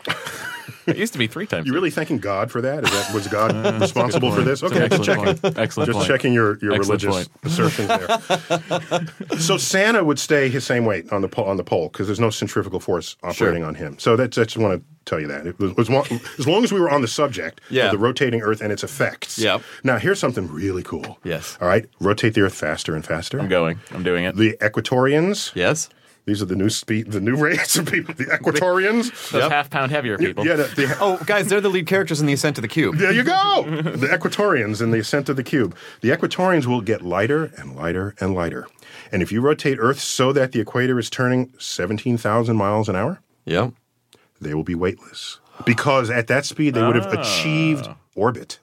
It used to be three times.
Oh. You really thanking God for that? Is that was
[laughs]
God responsible for this? Okay, just
Excellent
checking.
point. Excellent
Just
point.
checking your, your
Excellent [laughs]
religious assertions there. so Santa would stay his same weight on the pole, on the pole because there's no centrifugal force operating on him. So that's I just want to tell you that it was, was one- as long as we were on the subject
Yeah.
of the rotating Earth and its effects.
Yep.
Now here's something really cool.
Yes.
All right, rotate the Earth faster and faster.
I'm going. I'm doing it.
The Equatorians.
Yes.
These are the new spe- the new [laughs] race of people. The Equatorians.
[laughs] Those
Yep.
half pound heavier people.
Yeah, the, the,
Oh, guys, they're the lead characters in The Ascent to the Cube.
There you go.
[laughs]
the Equatorians in the ascent of the cube. The Equatorians will get lighter and lighter and lighter. And if you rotate Earth so that the equator is turning 17,000 miles an hour,
Yep.
they will be weightless because at that speed they would have achieved orbit.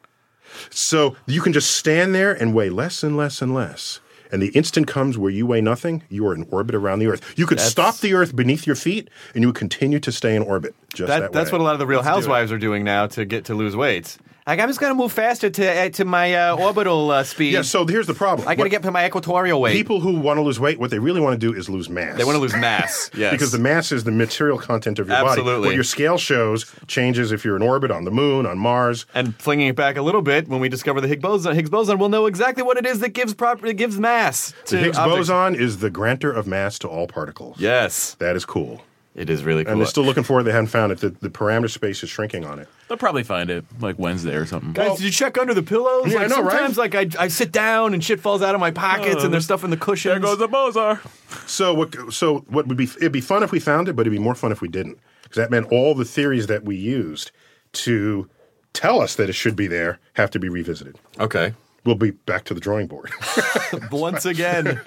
So you can just stand there and weigh less and less and less. And the instant comes where you weigh nothing, you are in orbit around the Earth. You could stop the Earth beneath your feet and you would continue to stay in orbit just that,
That, that's
way.
what a lot of the Real Housewives are doing now to get to lose weight.
Like, I'm just gonna move faster
eh,
to uh, to my uh, orbital uh, speed.
Yeah, so here's the problem.
I gotta
What-
get to my equatorial weight.
People who want to lose weight, what they really want to do is lose mass.
They want to lose
[laughs]
mass. Yes.
Because the mass is the material content of your body.
Absolutely.
What your scale shows changes if you're in orbit on the moon, on Mars.
and flinging it back a little bit, when we discover the Higgs boson, Higgs boson, we'll know exactly what it is that gives proper that gives mass to
The Higgs
objects.
boson is the granter of mass to all particles.
Yes,
That is cool.
it is really cool.
And they're still looking for it. They haven't found it. The, the parameter space is shrinking on it.
They'll probably find it like Wednesday or something.
Guys, did you check under the pillows?
Yeah, I
like,
know, right? Uh-huh.
sometimes, like I, I sit down and shit falls out of my pockets, and there's stuff in the cushions.
There goes the Bozar.
So what? So what would be? It'd be fun if we found it, but it'd be more fun if we didn't, because that meant all the theories that we used to tell us that it should be there have to be revisited.
okay.
We'll be back to the drawing board. [laughs]
Once again,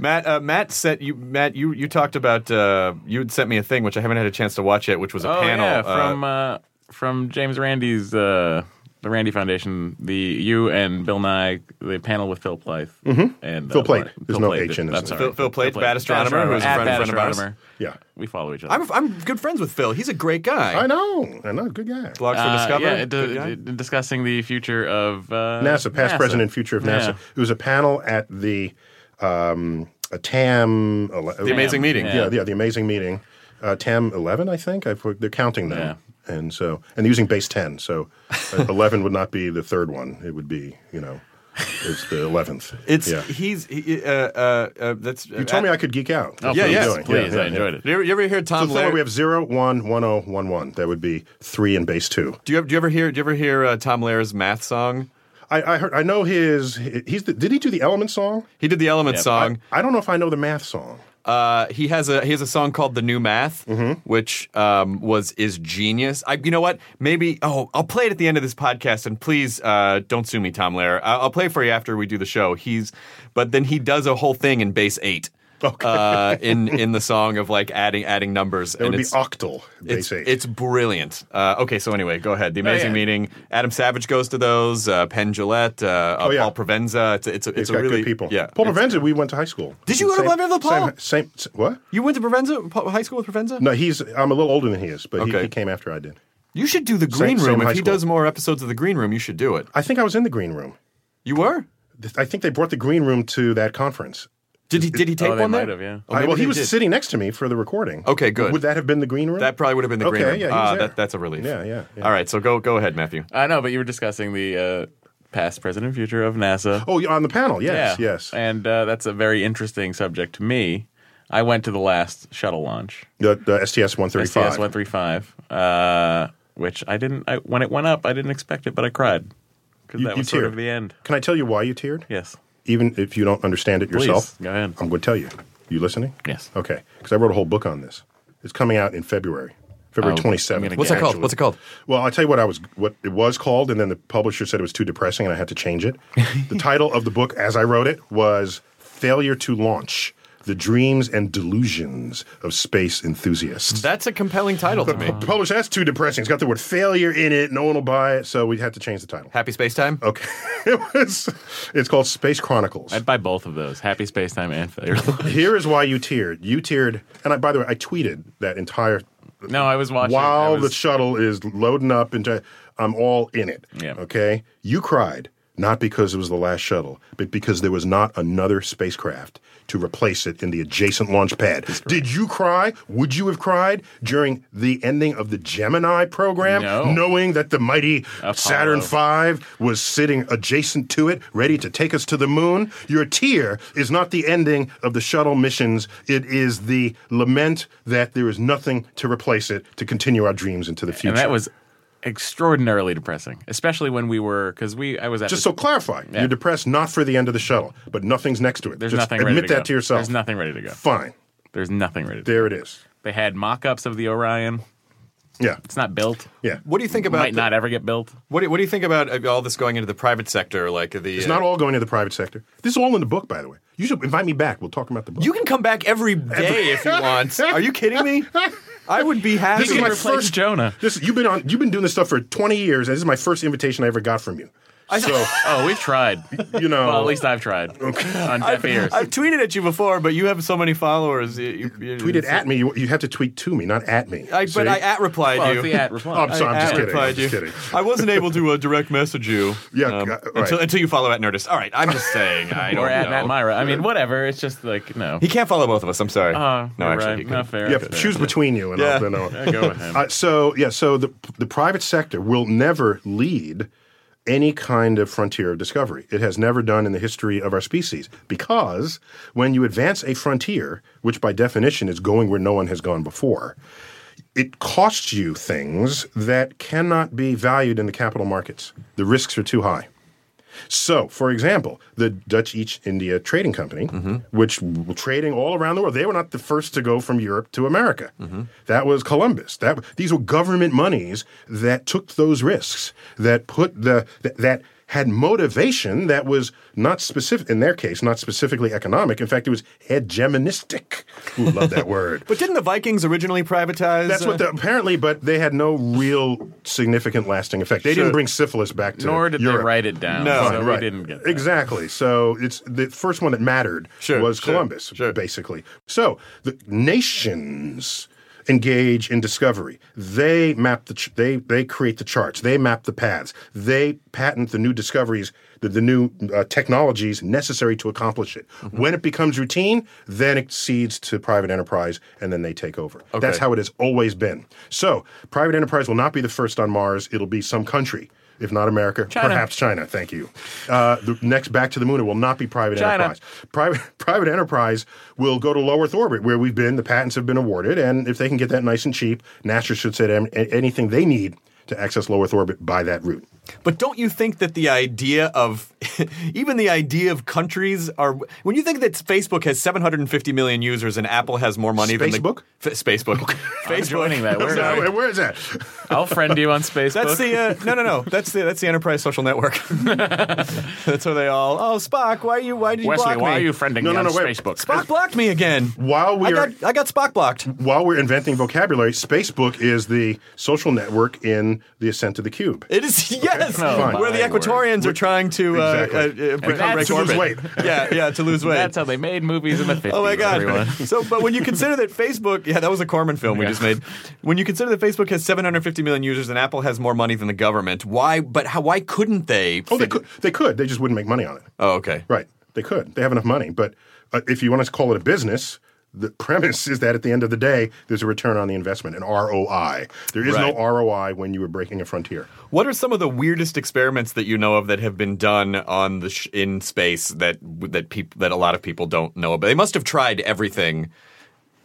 Matt. Uh, Matt sent you. Matt, you you talked about. Uh, you had sent me a thing which I haven't had a chance to watch yet, which was a
Oh
panel
yeah,
uh,
from uh, from James Randi's uh, the Randy Foundation. The you and Bill Nye the panel with Phil Plath and uh,
Mm-hmm. Phil Plait.
Phil
There's no
Plait.
H in his
I'm
name.
sorry.
Phil- Phil Plait, bad astronomer, who was a
At
friend-
bad
friend of ours.
astronomer.
yeah,
We follow each other.
I'm I'm good friends with Phil. He's a great guy.
I know. I know. Good guy.
Blogs for
Uh,
Discover.
yeah, d-
Good guy.
d- discussing the future of uh,
NASA, past,
NASA.
present, and future of NASA.
Yeah.
It was a panel at the um, a TAM. ele-
the amazing meeting.
Yeah, yeah, the amazing meeting. Uh, TAM eleven, I think. I've, they're counting now, and so and they're using base ten. So uh, eleven would not be the third one. It would be you know, it's the eleventh.
It's
yeah.
he's he, uh, uh, uh, that's
You told me I could geek out. That's
Yeah,
what I'm
yes,
doing.
Please,
Yeah, yeah,
I enjoyed it.
you ever, you ever hear
So
Tom
somewhere
Laird?
we have zero, one, one, oh, one, one. That would be three in base two.
do you ever, do you ever hear do you ever hear uh, Tom Laird's math song?
I, I heard. I know his. He's the, did he do the element song?
He did the Element song.
I don't know if I know the math song.
Uh, he has a he has a song called "The New Math,"
Mm-hmm.
which um, was is genius. I, you know what? Maybe oh, I'll play it at the end of this podcast, and please uh, don't sue me, Tom Lehrer. I- I'll play it for you after we do the show. He's, but then he does a whole thing in bass eight. Uh, in in
[laughs]
the song of like adding adding numbers,
It
and
would be
it's,
octal base
it's,
eight.
it's brilliant. Uh, okay, so anyway, go ahead. The Amazing
yeah.
Meeting. Adam Savage goes to those. Uh, Penn Gillette. Uh, uh,
Oh, yeah.
Paul Provenza. It's a, it's a, it's
it's
a
got
really
good people.
Yeah.
Paul
It's-
Provenza, we went to high school.
Did you go to Leonard LaPaul?
Same, same, s- What?
You went to Provenza Po- high school with Provenza?
No, he's. I'm a little older than he is, but he,
Okay.
he came after I did.
You should do the Green
same
Room.
high
if he
school.
does more episodes of the Green Room, you should do it.
I think I was in the green room.
You were?
Th- I think they brought the green room to that conference.
Did he did he tape
Oh, they
one
might
there?
have, yeah.
Oh,
I-
maybe
well, he was
did.
sitting next to me for the recording.
Okay, good.
Would that have been the green room?
That probably would have been the Green
Okay,
Room.
yeah, he was
Ah,
there.
that, that's a relief.
Yeah, yeah, yeah.
All right, so go go ahead, Matthew.
I know, but you were discussing the uh, past, present, and future of NASA.
Oh, yeah, on the panel. Yes, yes.
And uh, that's a very interesting subject to me. I went to the last shuttle launch,
The, the STS
STS
135.
one three five, uh, which I didn't. I, when it went up, I didn't expect it, but I cried because
You-
that
you
was sort
teared.
of the end.
Can I tell you why you teared?
Yes.
Even if you don't understand it yourself,
go ahead.
I'm going to tell you. You listening?
Yes.
Okay, because I wrote a whole book on this. It's coming out in February, February
Oh, I'm
27th.
gonna What's it
called? What's it called?
Well, I'll tell you what I was what it was called, and then the publisher said it was too depressing, and I had to change
[laughs]
it. the title of the book, as I wrote it, was "Failure to Launch: The Dreams and Delusions of Space Enthusiasts."
That's a compelling title
[laughs]
to me.
the publisher, that's too depressing. It's got the word failure in it. No one will buy it, so we had to change the title.
Happy Space Time?
Okay, [laughs] it was. It's called Space Chronicles.
I'd buy both of those: Happy Space Time and [laughs] Failure.
Here is why you teared. You teared, and I, by the way, I tweeted that entire
no, I was watching. I
while
was-
the shuttle is loading up into. I'm all in it.
Yeah.
Okay. You cried not because it was the last shuttle, but because there was not another spacecraft to replace it in the adjacent launch pad. Did you cry? Would you have cried during the ending of the Gemini program,
No.
knowing that the mighty Saturn V
Apollo.
five was sitting adjacent to it, ready to take us to the moon. Your tear is not the ending of the shuttle missions. It is the lament that there is nothing to replace it to continue our dreams into the future.
and that was extraordinarily depressing, especially when we were because we. I was at
just
the-
so clarify. You're depressed not for the end of the shuttle, but nothing's next to it.
There's
just
nothing
admit
ready to
that
go.
to yourself.
There's nothing ready to go.
Fine.
There's nothing ready. To
There it is.
They had mock-ups of the Orion.
Yeah.
It's not built.
Yeah.
What do you think
It
about
might
the-
not ever get built.
what, do, what do you think about uh, all this going into the private sector like the uh,
It's not all going to the private sector. This is all in the book, by the way. You should invite me back. We'll talk about the book.
You can come back every day if you
[laughs]
want. Are you kidding me? I would be happy.
this is my
replace
first
Jonah.
This, you've been on. You've been doing this stuff for 20 years, and this is my first invitation I ever got from you. So,
Oh,
[laughs]
we've tried.
you know,
Well, at least I've tried.
Oh,
On deaf ears.
I've tweeted at you before, but you have so many followers. You, you, you-
[laughs] tweeted at me. You, you have to tweet to me, not at me.
I, but
See?
I at replied
Well,
you.
it's the at
Oh,
response.
I'm sorry. I'm just
at
kidding. I'm
replied
just
you.
kidding.
I wasn't able to uh, direct message you. um,
Yeah, uh,
until,
right.
until you follow at Nerdist. All right, I'm just saying. I don't
[laughs] or at
know.
Matt Myra. I mean, whatever. It's just like no.
He can't follow both of us. I'm sorry.
Uh,
no,
you're
actually,
right.
he
not
couldn't.
fair.
Yeah,
Fair.
choose between you and
Yeah.
I'll, then I'll.
Yeah, go with
[laughs]
him.
Uh, so yeah, so the the private sector will never lead any kind of frontier of discovery. It has never done in the history of our species because when you advance a frontier, which by definition is going where no one has gone before, it costs you things that cannot be valued in the capital markets. The risks are too high. So, for example, the Dutch East India Trading Company, which were trading all around the world, they were not the first to go from Europe to America. That was Columbus. That these were government monies that took those risks, that put the that, that had motivation that was not specific in their case, not specifically economic. In fact, it was hegemonistic. Ooh, love that word.
But didn't the Vikings originally privatize?
That's what
uh,
the, apparently, but they had no real significant lasting effect. They didn't bring syphilis back to
Nor did
Europe.
they write it down.
No,
so
Right.
we didn't get that.
Exactly. So it's the first one that mattered
Sure,
was
sure,
Columbus,
sure.
basically. So the nations engage in discovery. They map the ch- they they create the charts. They map the paths. They patent the new discoveries, the, the new uh, technologies necessary to accomplish it. When it becomes routine, then it cedes to private enterprise, and then they take over. That's how it has always been. So private enterprise will not be the first on Mars. It'll be some country. If not America, perhaps China. Thank you. Uh, the next back to the moon, it will not be private
China.
enterprise. Private [laughs] private enterprise will go to low Earth orbit where we've been. The patents have been awarded, and if they can get that nice and cheap, NASA should set am- a- anything they need to access low Earth orbit by that route.
But don't you think that the idea of [laughs] even the idea of countries are when you think that Facebook has 750 million users and Apple has more money than
Spacebook?
the F- Facebook
[laughs] I'm
Facebook. [laughs]
joining that. Where are we?
Now, where is that?
I'll friend you on Facebook.
That's the uh, no no no. That's the that's the Enterprise Social
[laughs]
Network. that's where they all. Oh Spock, why you why did you
Wesley.
block
Why
me?
are you friending
No,
me
no,
on
no, wait.
Facebook?
Spock blocked me again.
While we
I
are-
got I got Spock blocked.
While we're inventing vocabulary, Spacebook is the social network in the ascent of the cube.
It is [laughs] yes,
Fine.
where the
My
Equatorians are trying to uh,
Exactly.
uh, uh, break-
that's-
break
To lose
orbit.
weight.
Yeah, yeah, to lose weight.
That's how they made
[laughs]
movies in the 50s.
Oh my god!
Everyone.
[laughs] So, but when you consider that Facebook, yeah, that was a Corman film we
Yeah.
just made. When you consider that Facebook has 750 million users and Apple has more money than the government, why? But how? Why couldn't they?
Oh, they
figure-
could. They could. They just wouldn't make money on it.
Oh, okay.
Right. They could. They have enough money. But uh, if you want to call it a business, the [laughs] premise is that at the end of the day, there's a return on the investment, an ROI. There is
Right.
no ROI when you are breaking a frontier.
What are some of the weirdest experiments that you know of that have been done on the sh- in space that that people that a lot of people don't know about? They must have tried everything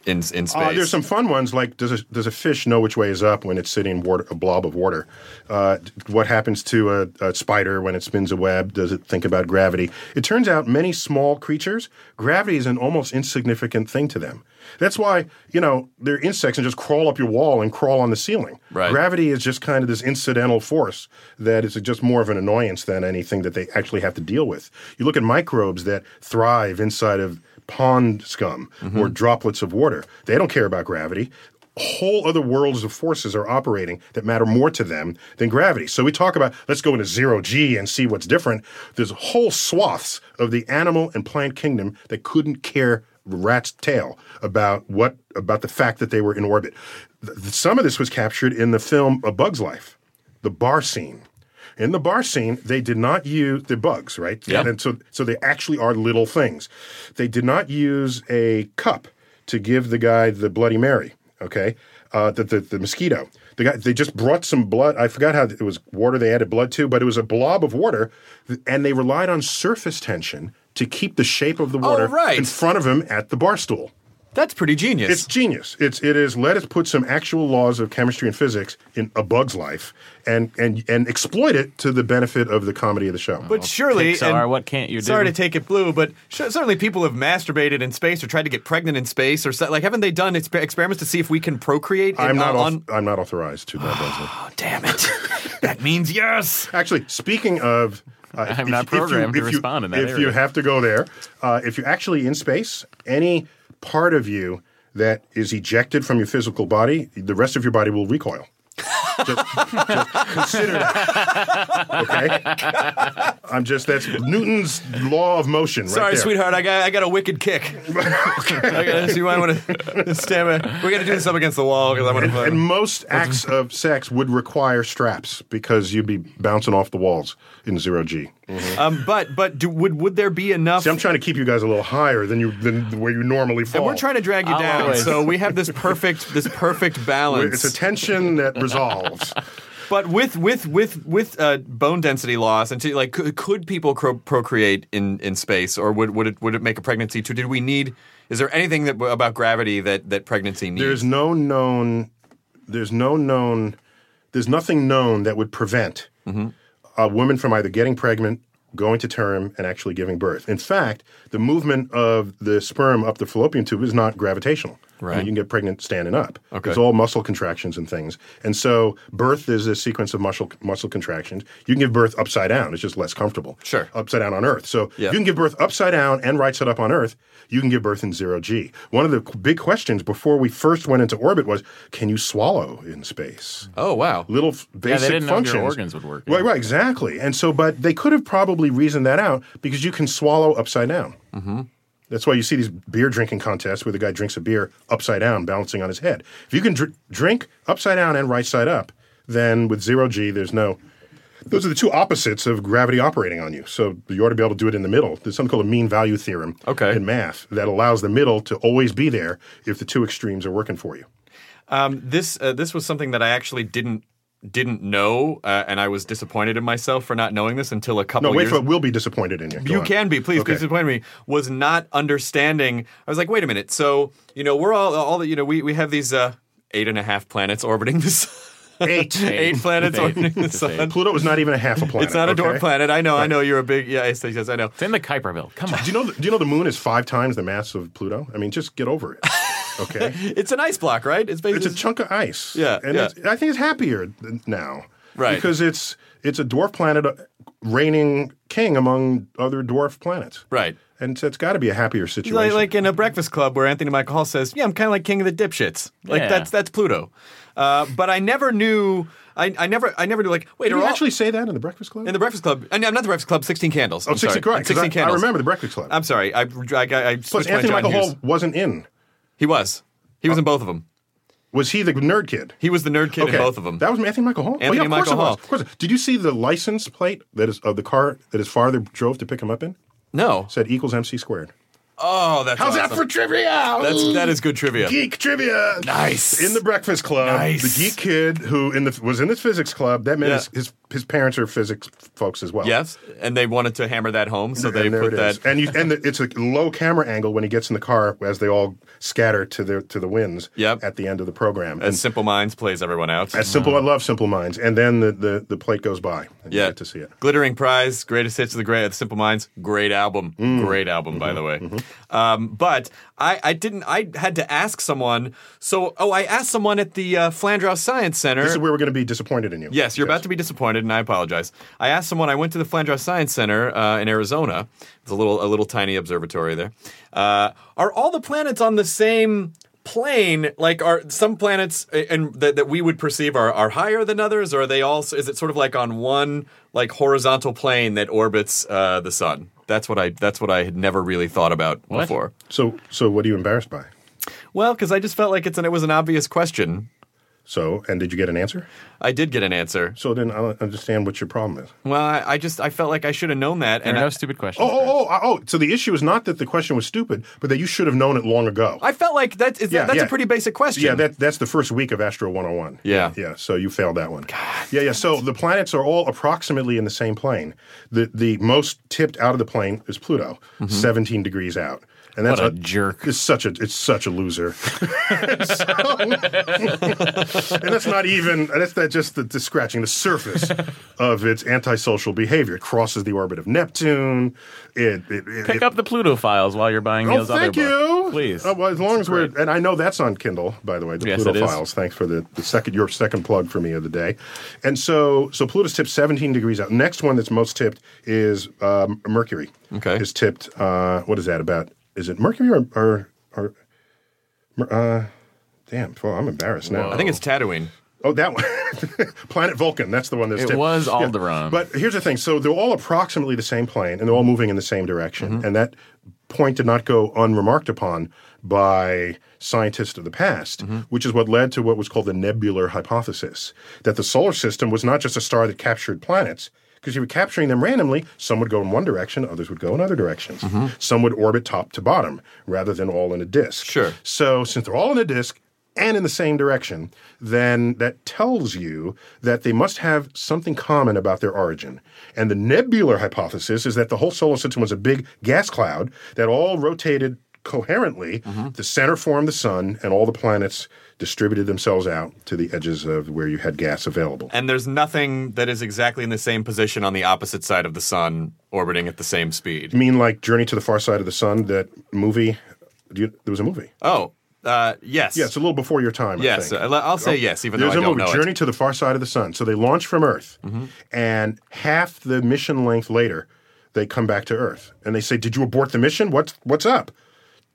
in in space.
Uh, there's some fun ones like does a, does a fish know which way is up when it's sitting in water, a blob of water? Uh, d- what happens to a, a spider when it spins a web? Does it think about gravity? It turns out many small creatures, gravity is an almost insignificant thing to them. That's why, you know, they're insects and just crawl up your wall and crawl on the ceiling.
Right.
Gravity is just kind of this incidental force that is just more of an annoyance than anything that they actually have to deal with. You look at microbes that thrive inside of pond scum or droplets of water, they don't care about gravity. Whole other worlds of forces are operating that matter more to them than gravity. So we talk about let's go into zero G and see what's different. There's whole swaths of the animal and plant kingdom that couldn't care rat's tail about what about the fact that they were in orbit. Th- th- Some of this was captured in the film A Bug's Life, the bar scene. In the bar scene, they did not use the bugs, right?
Yeah.
And so, so they actually are little things. They did not use a cup to give the guy the Bloody Mary. Okay, uh, the, the the mosquito. The guy they just brought some blood. I forgot how it was water they added blood to, but it was a blob of water, th- and they relied on surface tension to keep the shape of the water
Oh, right.
in front of him at the bar stool.
That's pretty genius.
It's genius. It's it is. Let us put some actual laws of chemistry and physics in a bug's life, and and and exploit it to the benefit of the comedy of the show.
But surely,
Pixar,
and
what can't you do?
Sorry to take it blue, but sh- certainly people have masturbated in space or tried to get pregnant in space or so, like haven't they done exper- experiments to see if we can procreate? in-
I'm not.
on,
auth- I'm not authorized to divulge.
Oh, damn it! [laughs] that means yes.
Actually, speaking of. Uh,
I'm not programmed to respond in that
If you
area.
have to go there, uh, if you're actually in space, any part of you that is ejected from your physical body, the rest of your body will recoil. [laughs] Just, just consider that. Okay? I'm just, that's Newton's law of motion right
Sorry,
there.
sweetheart, I got I got a wicked
[laughs]
kick. I got, you might want to stand back. We got to do this up against the wall because I want to.
And, and most acts of sex would require straps because you'd be bouncing off the walls in zero G.
Um, but but do, would would there be enough?
See, I'm trying to keep you guys a little higher than you than where you normally fall.
and we're trying to drag you
I'll
down,
always-
so we have this perfect this perfect balance.
It's a tension that resolves.
but with with with with uh, bone density loss, and to, like could, could people cro- procreate in, in space, or would would it would it make a pregnancy too? Did we need? Is there anything that about gravity that that pregnancy needs?
There's no known. There's no known. There's nothing known that would prevent
Mm-hmm.
a woman from either getting pregnant, going to term, and actually giving birth. In fact, the movement of the sperm up the fallopian tube is not gravitational.
Right.
You can get pregnant standing up.
Okay.
It's all muscle contractions and things. And so birth is a sequence of muscle muscle contractions. You can give birth upside down. It's just less comfortable.
Sure.
Upside down on Earth. So
Yeah.
you can give birth upside down and right side up on Earth. You can give birth in zero G. One of the qu- big questions before we first went into orbit was, can you swallow in space?
oh wow,
Little f- basic
didn't know your
functions.
organs would work,
Right,
yeah.
right, exactly. And so, but they could have probably reasoned that out because you can swallow upside down. Mm-hmm. That's why you see these beer drinking contests where the guy drinks a beer upside down, balancing on his head. If you can dr- drink upside down and right side up, then with zero G, there's no. Those are the two opposites of gravity operating on you. So you ought to be able to do it in the middle. There's something called a mean value theorem
Okay.
in math that allows the middle to always be there if the two extremes are working for you.
Um, this uh, this was something that I actually didn't didn't know, uh, and I was disappointed in myself for not knowing this until a couple.
No, wait
years.
for it. We'll be disappointed in you. Go
you
on.
can be please
Okay.
please disappoint me was not understanding i was like wait a minute so you know we're all all the you know we, we have these uh eight and a half planets orbiting this
Eight.
[laughs] eight planets
Eight.
orbiting the
Just eight.
sun
Pluto is not even a half a planet.
it's not a dwarf
okay?
planet i know i know you're a big yeah yes, yes i know
It's in the Kuiper Belt. Come on.
Do you know? The, do you know the moon is five times the mass of Pluto? I mean, just get
[laughs]
over it. Okay,
it's an ice block right it's
it's
basically
a chunk of ice.
Yeah,
and
yeah.
It's, I think it's happier th- now,
Right.
Because it's it's a dwarf planet uh, reigning king among other dwarf planets,
Right.
And so it's got to be a happier situation.
like, like in a breakfast club where Anthony Michael Hall says, "Yeah, I'm kind of like king of the dipshits." Like
Yeah.
that's that's Pluto. Uh, but I never knew. I, I never I never knew. Like, wait,
Did
are
you
all-
actually say that in the Breakfast Club?
in the Breakfast Club? And I'm not the Breakfast Club. Sixteen Candles.
oh,
I'm
16,
sorry.
correct, 'cause
Sixteen
I, I
Candles.
remember the Breakfast Club.
I'm sorry. I, I, I, I
Plus,
switched
Anthony
my John
Michael
Hughes.
Hall Oh. wasn't in.
He was. He was in both of them.
Was he the nerd kid?
He was the nerd kid in both of them.
That was Anthony Michael Hall. Oh,
Anthony
yeah, of course
Michael
it was.
Hall.
Of course. it- Did you see the license plate that is of the car that his father drove to pick him up in?
no.
Said equals MC squared.
Oh, that's
How's that
awesome.
for trivia?
That's that is good trivia.
geek trivia.
Nice.
In the Breakfast Club,
Nice.
the geek kid who in the was in this physics club. That meant
Yeah.
his, his his parents are physics folks as well.
Yes, and they wanted to hammer that home, so
And
they
there
put
it is.
that.
and you, and the, it's a low camera angle when he gets in the car as they all scatter to their to the winds.
Yep.
at the end of the program.
As Simple Minds plays everyone out.
As simple, I love Simple Minds, and then the, the, the plate goes by, and
yeah,
you get to see it.
Glittering Prize, greatest hits of the great Simple Minds, great album,
Mm.
great album by the
Mm-hmm.
way. Um, but I, I didn't. I had to ask someone. So oh, I asked someone at the uh, Flandreau Science Center.
This is where we're going to be disappointed in you.
Yes, you're about to be disappointed, and I apologize. I asked someone. I went to the Flandreau Science Center uh, in Arizona. It's a little, a little tiny observatory there. Uh, are all the planets on the same plane? Like, are some planets uh, and that, that we would perceive are, are higher than others, or are they all? Is it sort of like on one like horizontal plane that orbits uh, the sun? That's what I. That's what I had never really thought about before.
So, so what are you embarrassed by?
Well, because I just felt like it's an, it was an obvious question.
So, and did you get an answer?
I did get an answer.
So then I don't understand what your problem is.
Well, I, I just I felt like I should have known that.
There
and
are
I-
no stupid questions.
Oh, oh, oh, oh! So the issue is not that the question was stupid, but that you should have known it long ago.
I felt like that is
Yeah,
that, that's
yeah.
a pretty basic question.
yeah, that, that's the first week of Astro 101.
Yeah.
Yeah, so you failed that one. yeah, yeah. So the planets are all approximately in the same plane. The the most tipped out of the plane is Pluto, 17 degrees out. And that's
Mm-hmm. What a jerk.
It's such a it's such a loser. [laughs] So- and that's not even that's that just the, the scratching the surface of its antisocial behavior. It crosses the orbit of Neptune. It, it, it
Pick
it-
up the Pluto files while you're buying
Oh,
Neil's other
thank
book.
you.
Please.
Uh, well, as long
It's
as we're,
great.
and I know that's on Kindle, by the way, the
Yes,
Pluto
it is.
Files. Thanks for the, the second your second plug for me of the day. And so, so Pluto's tipped 17 degrees out. Next one that's most tipped is um, Mercury.
Okay.
is tipped. Uh, what is that about? Is it Mercury or or, or Mer- uh, damn? Well, I'm embarrassed now.
I think it's Tatooine.
Oh, that one. [laughs] Planet Vulcan. That's the one that's
It
tip-
was
Yeah.
Alderaan.
But here's the thing. So they're all approximately the same plane and they're all moving in the same direction.
Mm-hmm.
And that point did not go unremarked upon by scientists of the past,
Mm-hmm.
which is what led to what was called the nebular hypothesis that the solar system was not just a star that captured planets. Because you were capturing them randomly, some would go in one direction, others would go in other directions.
Mm-hmm.
Some would orbit top to bottom rather than all in a disk.
Sure.
So since they're all in a disk and in the same direction, then that tells you that they must have something common about their origin. And the nebular hypothesis is that the whole solar system was a big gas cloud that all rotated coherently. The center formed the sun, and all the planets distributed themselves out to the edges of where you had gas available.
And there's nothing that is exactly in the same position on the opposite side of the sun orbiting at the same
You
speed.
mean like Journey to the Far Side of the Sun, that movie? Do you, there was a movie.
Oh, uh, yes.
Yeah, it's a little before your time. I
yes, uh,
think.
I'll I'll say yes, even though I
There's a
don't
movie,
know
Journey
it. Mm-hmm.
to the Far Side of the Sun. So they launch from Earth, and half the mission length later, they come back to Earth, and they say, "Did you abort the mission? What's what's up?"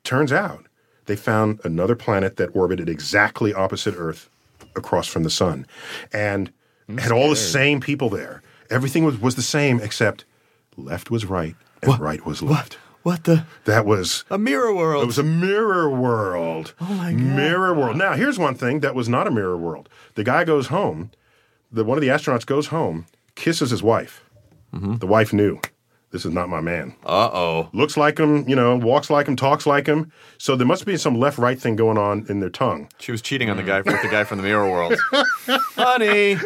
Turns out, they found another planet that orbited exactly opposite Earth, across from the Sun, and had all the same people there. Everything was was the same except left was right and right was left.
What the?
That was
A mirror
it
world.
was a mirror world. Oh my god. Mirror world. Now here's one thing that was not a mirror world. The guy goes home, the one of the astronauts goes home, kisses his wife. The wife knew. This is not my man.
uh oh.
Looks like him, you know, walks like him, talks like him. So there must be some left right thing going on in their tongue.
She was cheating on the guy with the guy from the mirror
[laughs]
world. Funny.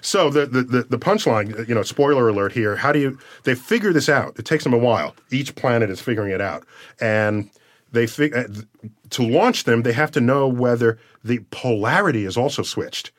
So the, the, the, the punchline, uh, you know, spoiler alert here. How do you? They figure this out. It takes them a while. Each planet is figuring it out, and they fig- uh, th- to launch them. They have to know whether the polarity is also switched,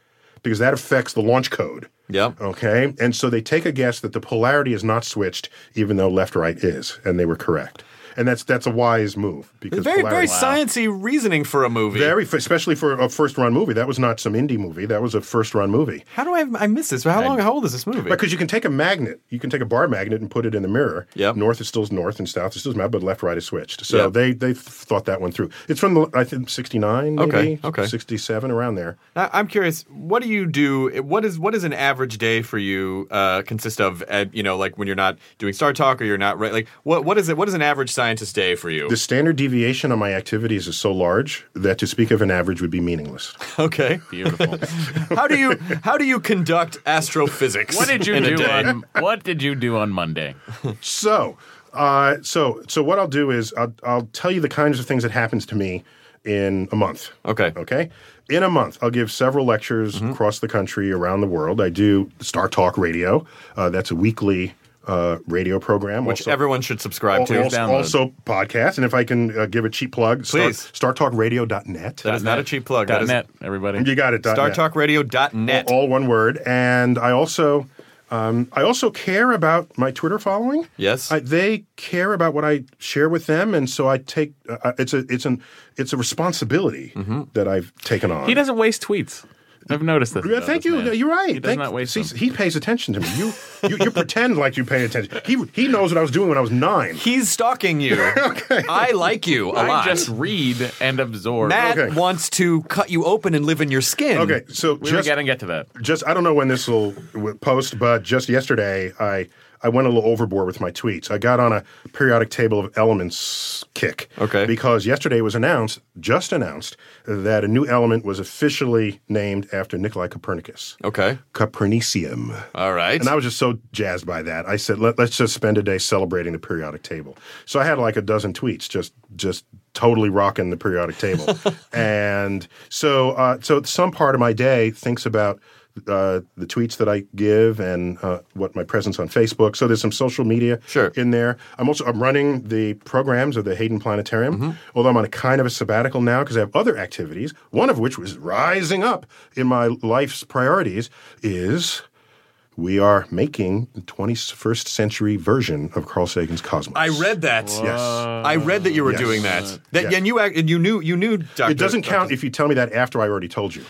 because that affects the launch code.
Yep.
Oh, Okay, and so they take a guess that the polarity is not switched, even though left right is, and they were correct. And that's that's a wise move because
Very, very
polarity-
sciency reasoning for a movie.
very f- especially for a first run movie. That was not some indie movie. That was a first run movie.
How do I? I miss this. How long? How old is this movie?
Because you can take a magnet, you can take a bar magnet and put it in the mirror.
Yep.
North is still north and south is still south, but left right is switched. So
Yep.
they they thought that one through. It's from the, I think sixty nine, maybe
Okay, okay.
sixty seven around there.
I- I'm curious. What do you do? What is what is an average day for you uh, consist of? At you know, like when you're not doing Star Talk or you're not right. Like what what is it? What is an average scientist day for you?
The standard deviation on my activities is so large that to speak of an average would be meaningless.
[laughs] okay.
Beautiful.
[laughs] How do you how do you conduct astrophysics?
[laughs]
what did you
in a
do
day?
on What did you do on Monday?
So, uh, so, so what I'll do is I'll, I'll tell you the kinds of things that happens to me in a month.
Okay.
Okay. In a month, I'll give several lectures
Mm-hmm.
across the country, around the world. I do Star Talk Radio. Uh, that's a weekly uh, radio program.
Which
also,
everyone should subscribe
al-
to.
also, also podcast. And if I can uh, give a cheap plug, star,
Please.
startalkradio.net.
that is not a cheap plug. That
Dot
is
net, everybody.
you got it. dot net.
StarTalkRadio.net.
All one word. And I also, um, I also care about my Twitter following.
Yes.
I, they care about what I share with them, and so I take uh, it's a it's an it's a responsibility
Mm-hmm.
that I've taken on.
He doesn't waste tweets. I've noticed this.
Yeah,
about
thank
this
you.
man.
You're right.
He does
Thank-
not waste
see,
them.
He pays attention to me. You you, you [laughs] pretend like you pay attention. He he knows what I was doing when I was nine.
He's stalking you.
[laughs]
I like you a
I
lot.
just read and absorb.
Matt
Okay.
wants to cut you open and live in your skin.
Okay, so
we were
just
gonna get to that.
just I don't know when this will w- post, but just yesterday I I went a little overboard with my tweets. I got on a periodic table of elements kick.
Okay.
Because yesterday it was announced, just announced, that a new element was officially named after Nikolai Copernicus.
Okay.
Copernicium.
All right.
And I was just so jazzed by that. I said, Let, let's just spend a day celebrating the periodic table. So I had like a dozen tweets, just just totally rocking the
[laughs]
periodic table. and so uh, so some part of my day thinks about uh, the tweets that I give and uh, what my presence on Facebook. So there's some social media
Sure.
in there. I'm also I'm running the programs of the Hayden Planetarium,
Mm-hmm.
although I'm on a kind of a sabbatical now because I have other activities. One of which was rising up in my life's priorities is we are making the 21st century version of Carl Sagan's Cosmos.
I read that.
Yes.
I read that you were
Yes.
doing that. That
Yes.
and you act- and you knew uh, you knew. Dr.
It doesn't count if you tell me that after I already told you.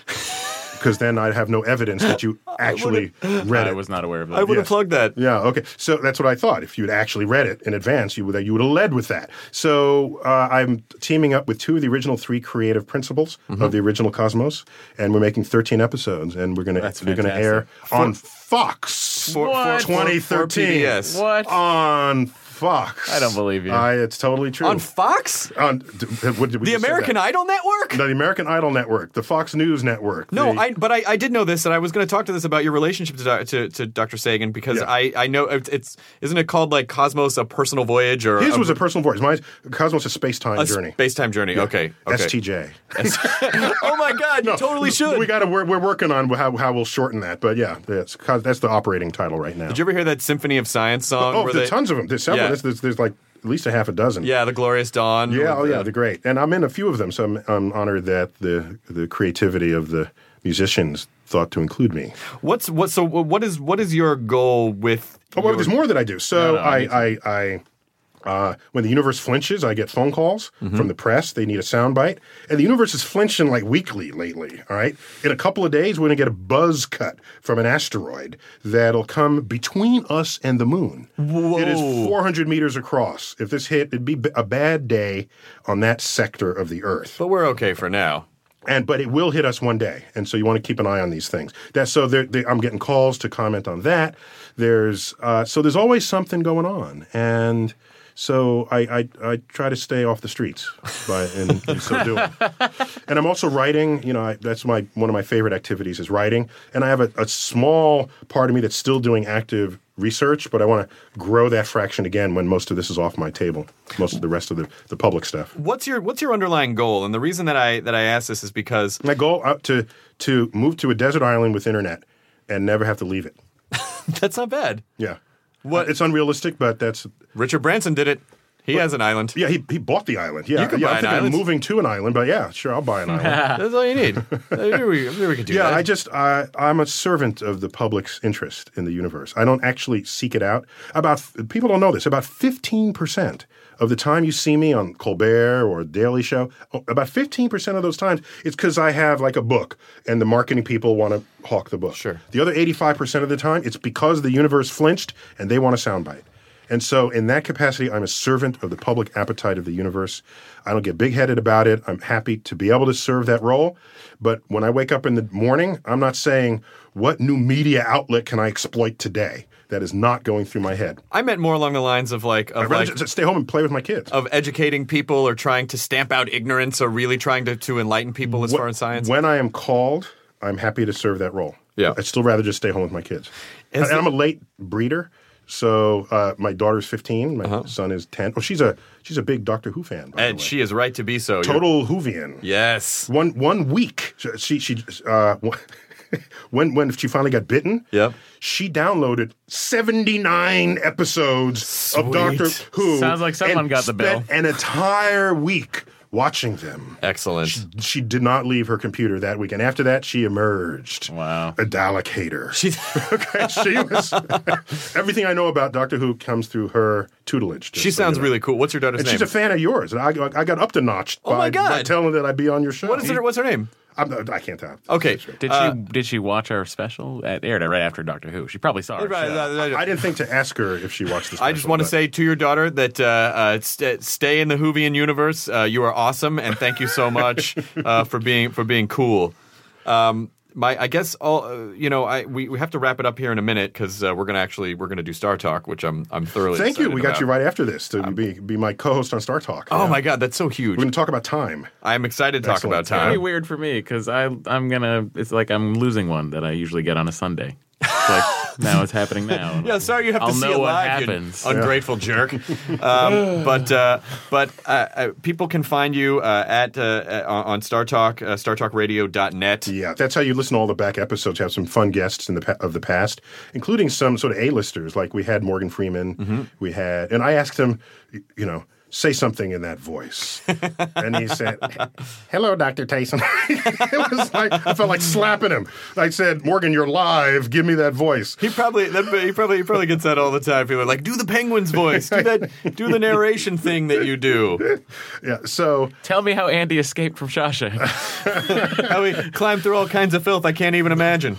because then I'd have no evidence
[laughs]
that you actually read
I
it.
was not aware of
I
that.
would have
Yes.
plugged that.
Yeah, okay. So that's what I thought. If you'd actually read it in advance, you would you would have led with that. So uh, I'm teaming up with two of the original three creative principles
Mm-hmm.
of the original Cosmos, and we're making 13 episodes, and we're gonna
That's
they're gonna air on Fox
For- for-
What?
for- for
2013.
PBS.
What?
on Fox.
I don't believe you.
I, it's totally true.
On Fox?
On- d- what did
The
we just say
American
that?
Idol Network?
No, the American Idol Network, the Fox News Network.
No,
the-
I, but I, I did know this, and I was going to talk to this about your relationship to, doc- to, to Dr. Sagan because
Yeah.
I, I know it's, it's isn't it called like Cosmos a personal voyage or
His
a,
was a personal voice. Mine's Cosmos a space time journey.
space time journey? Okay, okay. [laughs]
STJ.
oh my God, you totally should.
We got to. We're, we're working on how, how we'll shorten that, but yeah, that's that's the operating title right now.
Did you ever hear that Symphony of Science song?
oh,
where
there's
they-
tons of them. There's several.
Yeah.
There's, there's, there's like at least a half a dozen.
Yeah, the Glorious Dawn.
Yeah. Oh,
with
yeah.
the-
They're great, and I'm in a few of them, so I'm, I'm honored that the the creativity of the musicians thought to include me.
What's what? So what is what is your goal with?
Oh, well,
your-
there's more that I do. So I, I, I, uh, when the universe flinches, I get phone calls from the press. They need a soundbite, and the universe is flinching like weekly lately. All right, in a couple of days, we're going to get a buzz cut from an asteroid that'll come between us and the moon. It is 400 meters across. If this hit, it'd be b- a bad day on that sector of the Earth
But we're okay for now.
and but it will hit us one day and so you want to keep an eye on these things that so there they, i'm getting calls to comment on that there's uh, so there's always something going on and so I, I, I try to stay off the streets by in, in so doing, and I'm also writing. You know, I, that's my one of my favorite activities is writing, and I have a, a small part of me that's still doing active research, but I want to grow that fraction again when most of this is off my table, most of the rest of the, the public stuff.
What's your what's your underlying goal? And the reason that I that I asked this is because
My goal uh, to to move to a desert island with internet and never have to leave it.
[laughs] that's not bad.
Yeah,
What-
It's unrealistic, but that's
Richard Branson did it. He has an island.
yeah. He, he bought the island. Yeah,
You could
yeah,
buy
I'm
an
thinking
island.
of moving to an island, but yeah, sure, I'll buy
[laughs]
an island.
That's all you need. Maybe we, maybe we could do
yeah,
that.
I just I, I'm a servant of the public's interest in the universe. I don't actually seek it out. About f- people don't know this. About 15 percent of the time you see me on Colbert or Daily Show, oh, about 15 percent of those times, it's because I have like a book, and the marketing people want to hawk the book.
Sure.
The other 85% of the time, it's because the universe flinched and they want a soundbite. And so, in that capacity, I'm a servant of the public appetite of the universe. I don't get big headed about it. I'm happy to be able to serve that role. But when I wake up in the morning, I'm not saying, what new media outlet can I exploit today? That is not going through my head.
I meant more along the lines of like
I'd
of
rather
like Oh,
just stay home and play with my kids.
of educating people or trying to stamp out ignorance or really trying to, to enlighten people as far as science.
When I am called, I'm happy to serve that role.
Yeah.
I'd still rather just stay home with my kids.
Is
And,
the-
I'm a late breeder. So uh, my daughter's 15, my
Uh-huh.
son is 10. Oh, she's a she's a big Doctor Who fan, by the
and
way.
she is right to be so. You're-
Total Whovian.
Yes.
One one week, she she uh, [laughs] when when she finally got bitten,
Yep.
she downloaded seventy nine episodes of Doctor Who.
Sounds like someone
and
got the bill.
spent An entire week watching them.
Excellent.
She did not leave her computer that week, and after that, she emerged.
Wow.
a Dalek hater. [laughs] She, okay, she was. [laughs] everything I know about Doctor Who comes through her tutelage. just
She
so you
sounds
know.
really cool. What's your daughter's
And
name?
she's a fan of yours, and I, I got up to notch
Oh my
by, by
God.
telling her that I'd be on your show.
what is her, what's her name?
I'm not- I can't tell.
Okay. Uh,
Did she
uh,
did she watch our special? It aired right after Doctor Who. She probably saw our show.
I didn't think to ask her if she watched
[laughs]
this.
I just want to say to your daughter that uh, uh, st- stay in the Hoovian universe. Uh, you are awesome, and thank you so
[laughs]
much uh, for being for being cool. Um, my, I guess all uh, you know. I we, we have to wrap it up here in a minute because uh, we're gonna actually we're gonna do Star Talk, which I'm I'm thoroughly.
Thank you.
excited
We got you
about.
right after this to be, be my co-host on Star Talk.
Oh
Yeah.
my god, that's so huge!
We're going to talk about time.
I'm excited to talk
Excellent.
about
It's gonna be
time.
weird for me because I I'm gonna. It's like I'm losing one that I usually get on a Sunday. It's like
[laughs]
now it's happening now.
Yeah, sorry you have
I'll
to see
know
it
what
live, you
happens.
ungrateful
[laughs]
jerk. Um, but uh, but uh, uh, people can find you uh, at uh, uh, on Star Talk, uh, StarTalkRadio.net.
Yeah, that's how you listen to all the back episodes. Have some fun guests in the pa- of the past,
Mm-hmm.
including some sort of A-listers. Like we had Morgan Freeman. We had, and I asked him, y- you know, say something in
[laughs]
that voice. and he said, Hello, Dr. Tyson. [laughs] it was like, I felt like slapping him. I said, Morgan, you're live. Give me that voice.
He probably that, he probably he probably gets that all the time. People are like, do the penguin's voice, do that, do the narration thing that you do.
Yeah. So,
Tell me how Andy escaped
[laughs]
from Shawshank.
How he climbed through all kinds of filth. I can't even imagine.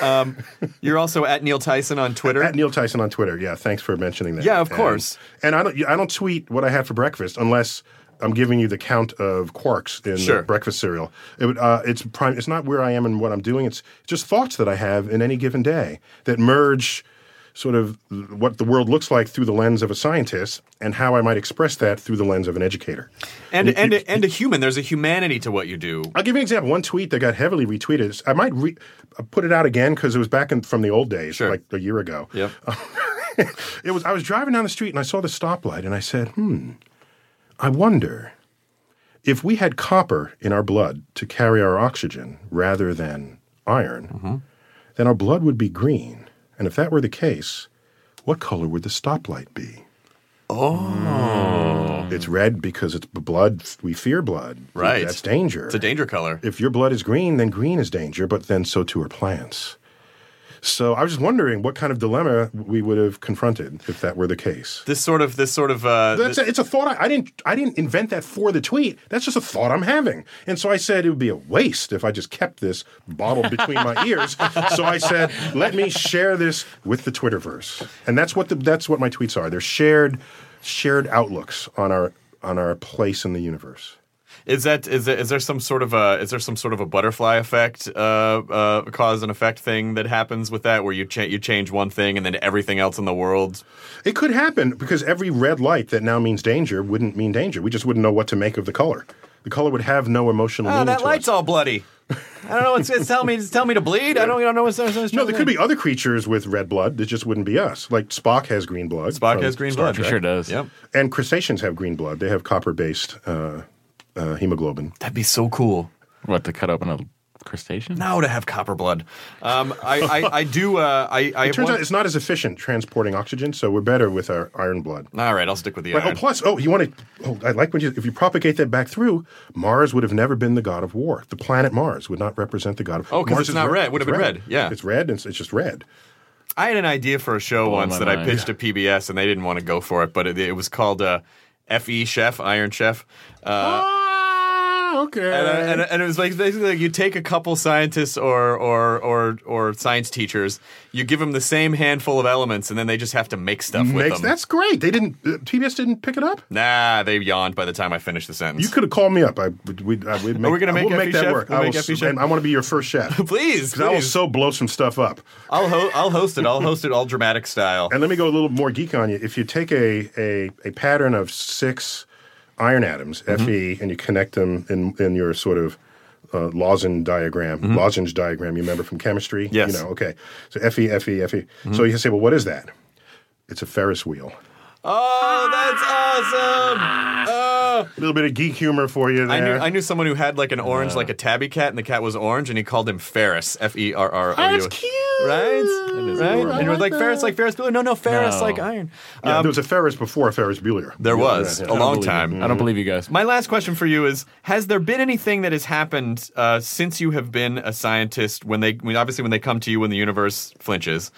Um, you're also at Neil Tyson on Twitter.
at Neil Tyson on Twitter. Yeah. Thanks for mentioning that.
Yeah, of
And-
course.
And I don't, I don't tweet what I had for breakfast unless. I'm giving you the count of quarks in
Sure.
the breakfast cereal. It would, uh, it's prime. It's not where I am and what I'm doing. It's just thoughts that I have in any given day that merge, sort of what the world looks like through the lens of a scientist and how I might express that through the lens of an educator.
and
You-
and
you-
and a human. There's a humanity to what you do.
I'll give you an example. One tweet that got heavily retweeted. I might re- uh, put it out again because it was back in, from the old days,
Sure.
like a year ago.
Yep.
[laughs] It was. I was driving down the street and I saw the stoplight and I said, "Hmm, I wonder if we had copper in our blood to carry our oxygen rather than iron,
Mm-hmm.
then our blood would be green. And if that were the case, what color would the stoplight be?" Oh, it's red because it's b- blood. We fear blood.
Right.
that's danger
It's a danger color.
if your blood is green, then green is danger, but then so too are plants. So I was just wondering what kind of dilemma we would have confronted if that were the case.
This sort of this sort of uh,
That's
thi-
a, it's a thought I, I didn't I didn't invent that for the tweet. That's just a thought I'm having. And so I said it would be a waste if I just kept this bottled between my ears. So I said, let me share this with the Twitterverse. And that's what the, that's what my tweets are. They're shared shared outlooks on our on our place in the universe.
Is that is there, is there some sort of a is there some sort of a butterfly effect uh, uh, cause and effect thing that happens with that where you cha- you change one thing and then everything else in the world
It could happen because every red light that now means danger wouldn't mean danger. We just wouldn't know what to make of the color. The color would have no emotional
oh
meaning.
that
to
light's
us.
all bloody I don't know it's, it's tell me it's tell me to bleed I don't I don't know what's, what's, what's
No, there could be other creatures with red blood that just wouldn't be us. Like Spock has green blood.
Spock
from
has green
Star
blood
He
right?
sure does.
yep
Trek. And crustaceans have green blood. They have copper-based uh, uh, hemoglobin.
that'd be so cool
What to cut open a crustacean?
now to have copper blood um, I,
[laughs]
I I do uh, I I
It turns out it's not as efficient transporting oxygen, so we're better with our iron blood.
all right I'll stick with the
Right, oh,
iron.
plus, oh, you want to? Oh, I like when you. If you propagate that back through, Mars would have never been the god of war. The planet Mars would not represent the god of.
Oh, 'cause
Mars
it's
is
not red. Would have
It's
been red. Yeah.
it's red, and it's, it's just red.
I had an idea for a show once
my
that I
mind.
pitched to PBS and they didn't want to go for it, but it, it was called uh, Fe Chef Iron Chef. Uh,
Ah, okay.
and, uh, and, and it was like basically like you take a couple scientists or or or or science teachers, you give them the same handful of elements, and then they just have to make stuff with
Makes,
them.
that's great. They didn't. Uh, TBS didn't pick it up.
Nah, they yawned by the time I finished the sentence.
You could have called me up. I would. We'd, I, would make,
we gonna
I
make
will
Effie
make that
chef?
work.
We'll
I,
make
will,
Effie
s-
chef?
and I want to be your first chef.
[laughs] please,
'Cause I will
please.
so blow some stuff up.
I'll ho- I'll host it. I'll host it all dramatic style.
And let me go a little more geek on you. If you take a a, a pattern of six iron atoms,
Mm-hmm.
Fe, and you connect them in in your sort of uh, lozenge diagram, lozenge diagram you remember from chemistry?
Mm-hmm. Yes. Mm-hmm.
You know, okay. So E, Fe, Fe, Fe. So you say, well, what is that? It's a Ferris wheel.
Oh, that's awesome! Oh.
A little bit of geek humor for you
I knew
there.
I knew someone who had like an orange, like a tabby cat, and the cat was orange, and he called him Ferris, F E R R O U.
Oh, that's cute.
Right?
is
right?
adorable.
And you're like
I like
Ferris,
that.
like Ferris Bueller. No, no, Ferris,
No.
like iron.
Yeah, there was a Ferris before Ferris Bueller.
There
Yeah,
was
yeah, Mm.
a
yeah.
long time.
I don't believe you guys.
My last question for you is: Has there been anything that has happened uh, since you have been a scientist? When they, when obviously, when they come to you when the universe flinches,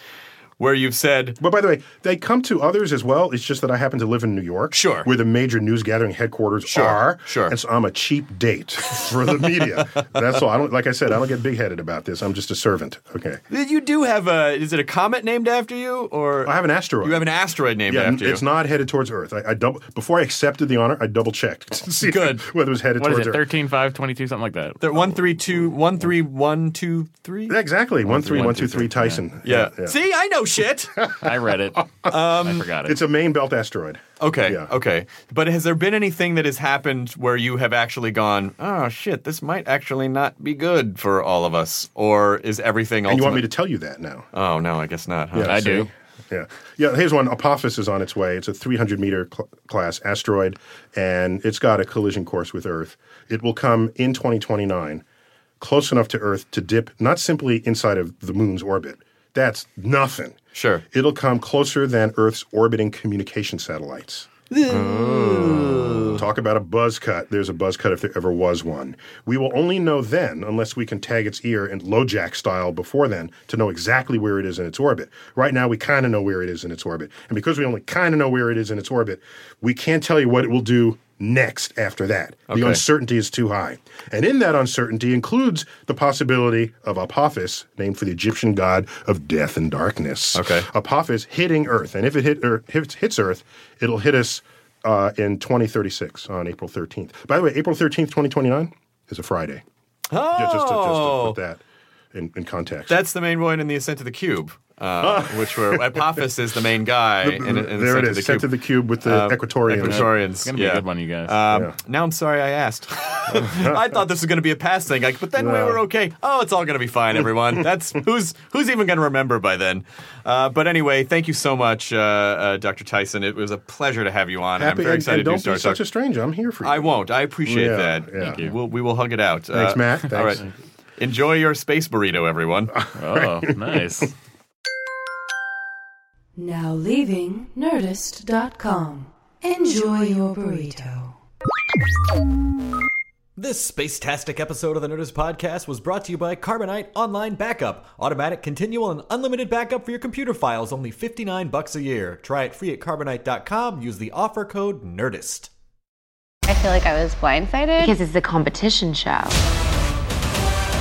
where you've said,
But by the way, they come to others as well. It's just that I happen to live in New York,
Sure.
where the major news gathering headquarters are.
sure.
and so I'm a cheap date [laughs] for the media. That's all. I don't like I said. I don't get big headed about this. I'm just a servant. Okay,
"You do have a is it a comet named after you, or
I have an asteroid.
you have an asteroid named
Yeah,
after you?"
it's not headed towards Earth. I, I double before I accepted the honor. I double checked [laughs] to see
Good.
whether it was headed
What is
towards
it?
Earth.
13, 5, 22, something like that.
They're one three two one three one two three.
Yeah, exactly. One three one two three Tyson.
Yeah. See, I know
[laughs]
shit.
I
[laughs]
read it. I
Um,
forgot it.
It's a main belt asteroid.
okay.
Yeah.
Okay. But has there been anything that has happened where you have actually gone, oh shit, this might actually not be good for all of us, or is everything?
And you want me
ultimate-
to tell you that now?
Oh no, I guess not. Huh?
I do.
Yeah. Yeah. Here's one. Apophis is on its way. It's a 300 meter cl- class asteroid, and it's got a collision course with Earth. It will come in 2029, close enough to Earth to dip not simply inside of the moon's orbit. That's nothing.
Sure.
It'll come closer than Earth's orbiting communication satellites. Talk about a buzz cut. There's a buzz cut if there ever was one. We will only know then, unless we can tag its ear and LoJack style before then, to know exactly where it is in its orbit. Right now, we kind of know where it is in its orbit. And because we only kind of know where it is in its orbit, we can't tell you what it will do next after that. The uncertainty is too high. And in that uncertainty includes the possibility of Apophis, named for the Egyptian god of death and darkness.
Okay.
Apophis hitting Earth. And if it hit Earth, if it hits Earth, it'll hit us uh, in 2036 on April 13th. By the way, April 13th, 2029 is a Friday. Oh. Just, to, just to put that in, in context.
That's the main one in the Ascent of the Cube,
[laughs]
uh, which were Apophis is the main guy in, in
there
Ascent
it
of the
is, sent to
Cube.
the cube with the
Uh,
Equatorian.
It's
Equatorians.
gonna be
yeah.
a good one, you guys.
Um,
Yeah.
Now I'm sorry I asked.
[laughs]
I thought this was going to be a past thing, like, but then we
No.
were okay. Oh, it's all going to be fine, everyone. That's who's who's even going to remember by then. Uh, but anyway, thank you so much, uh, uh, Dr. Tyson. It was a pleasure to have you on.
Happy,
I'm very
and-
excited
and, don't
to do
be
Star
such a
Talk.
stranger. I'm here for you.
I won't. I appreciate
Yeah,
that.
yeah. Thank you.
We'll, we will hug it out. Uh,
Thanks, Matt.
All
Thanks.
right. Enjoy your space burrito, everyone. [laughs]
oh, nice.
Now leaving Nerdist.com. Enjoy your burrito.
This spacetastic episode of the Nerdist Podcast was brought to you by Carbonite Online Backup. Automatic, continual, and unlimited backup for your computer files, only 59 bucks a year. Try it free at carbonite.com. Use the offer code NERDIST.
I feel like I was blindsided.
Because it's the competition show.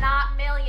not millions.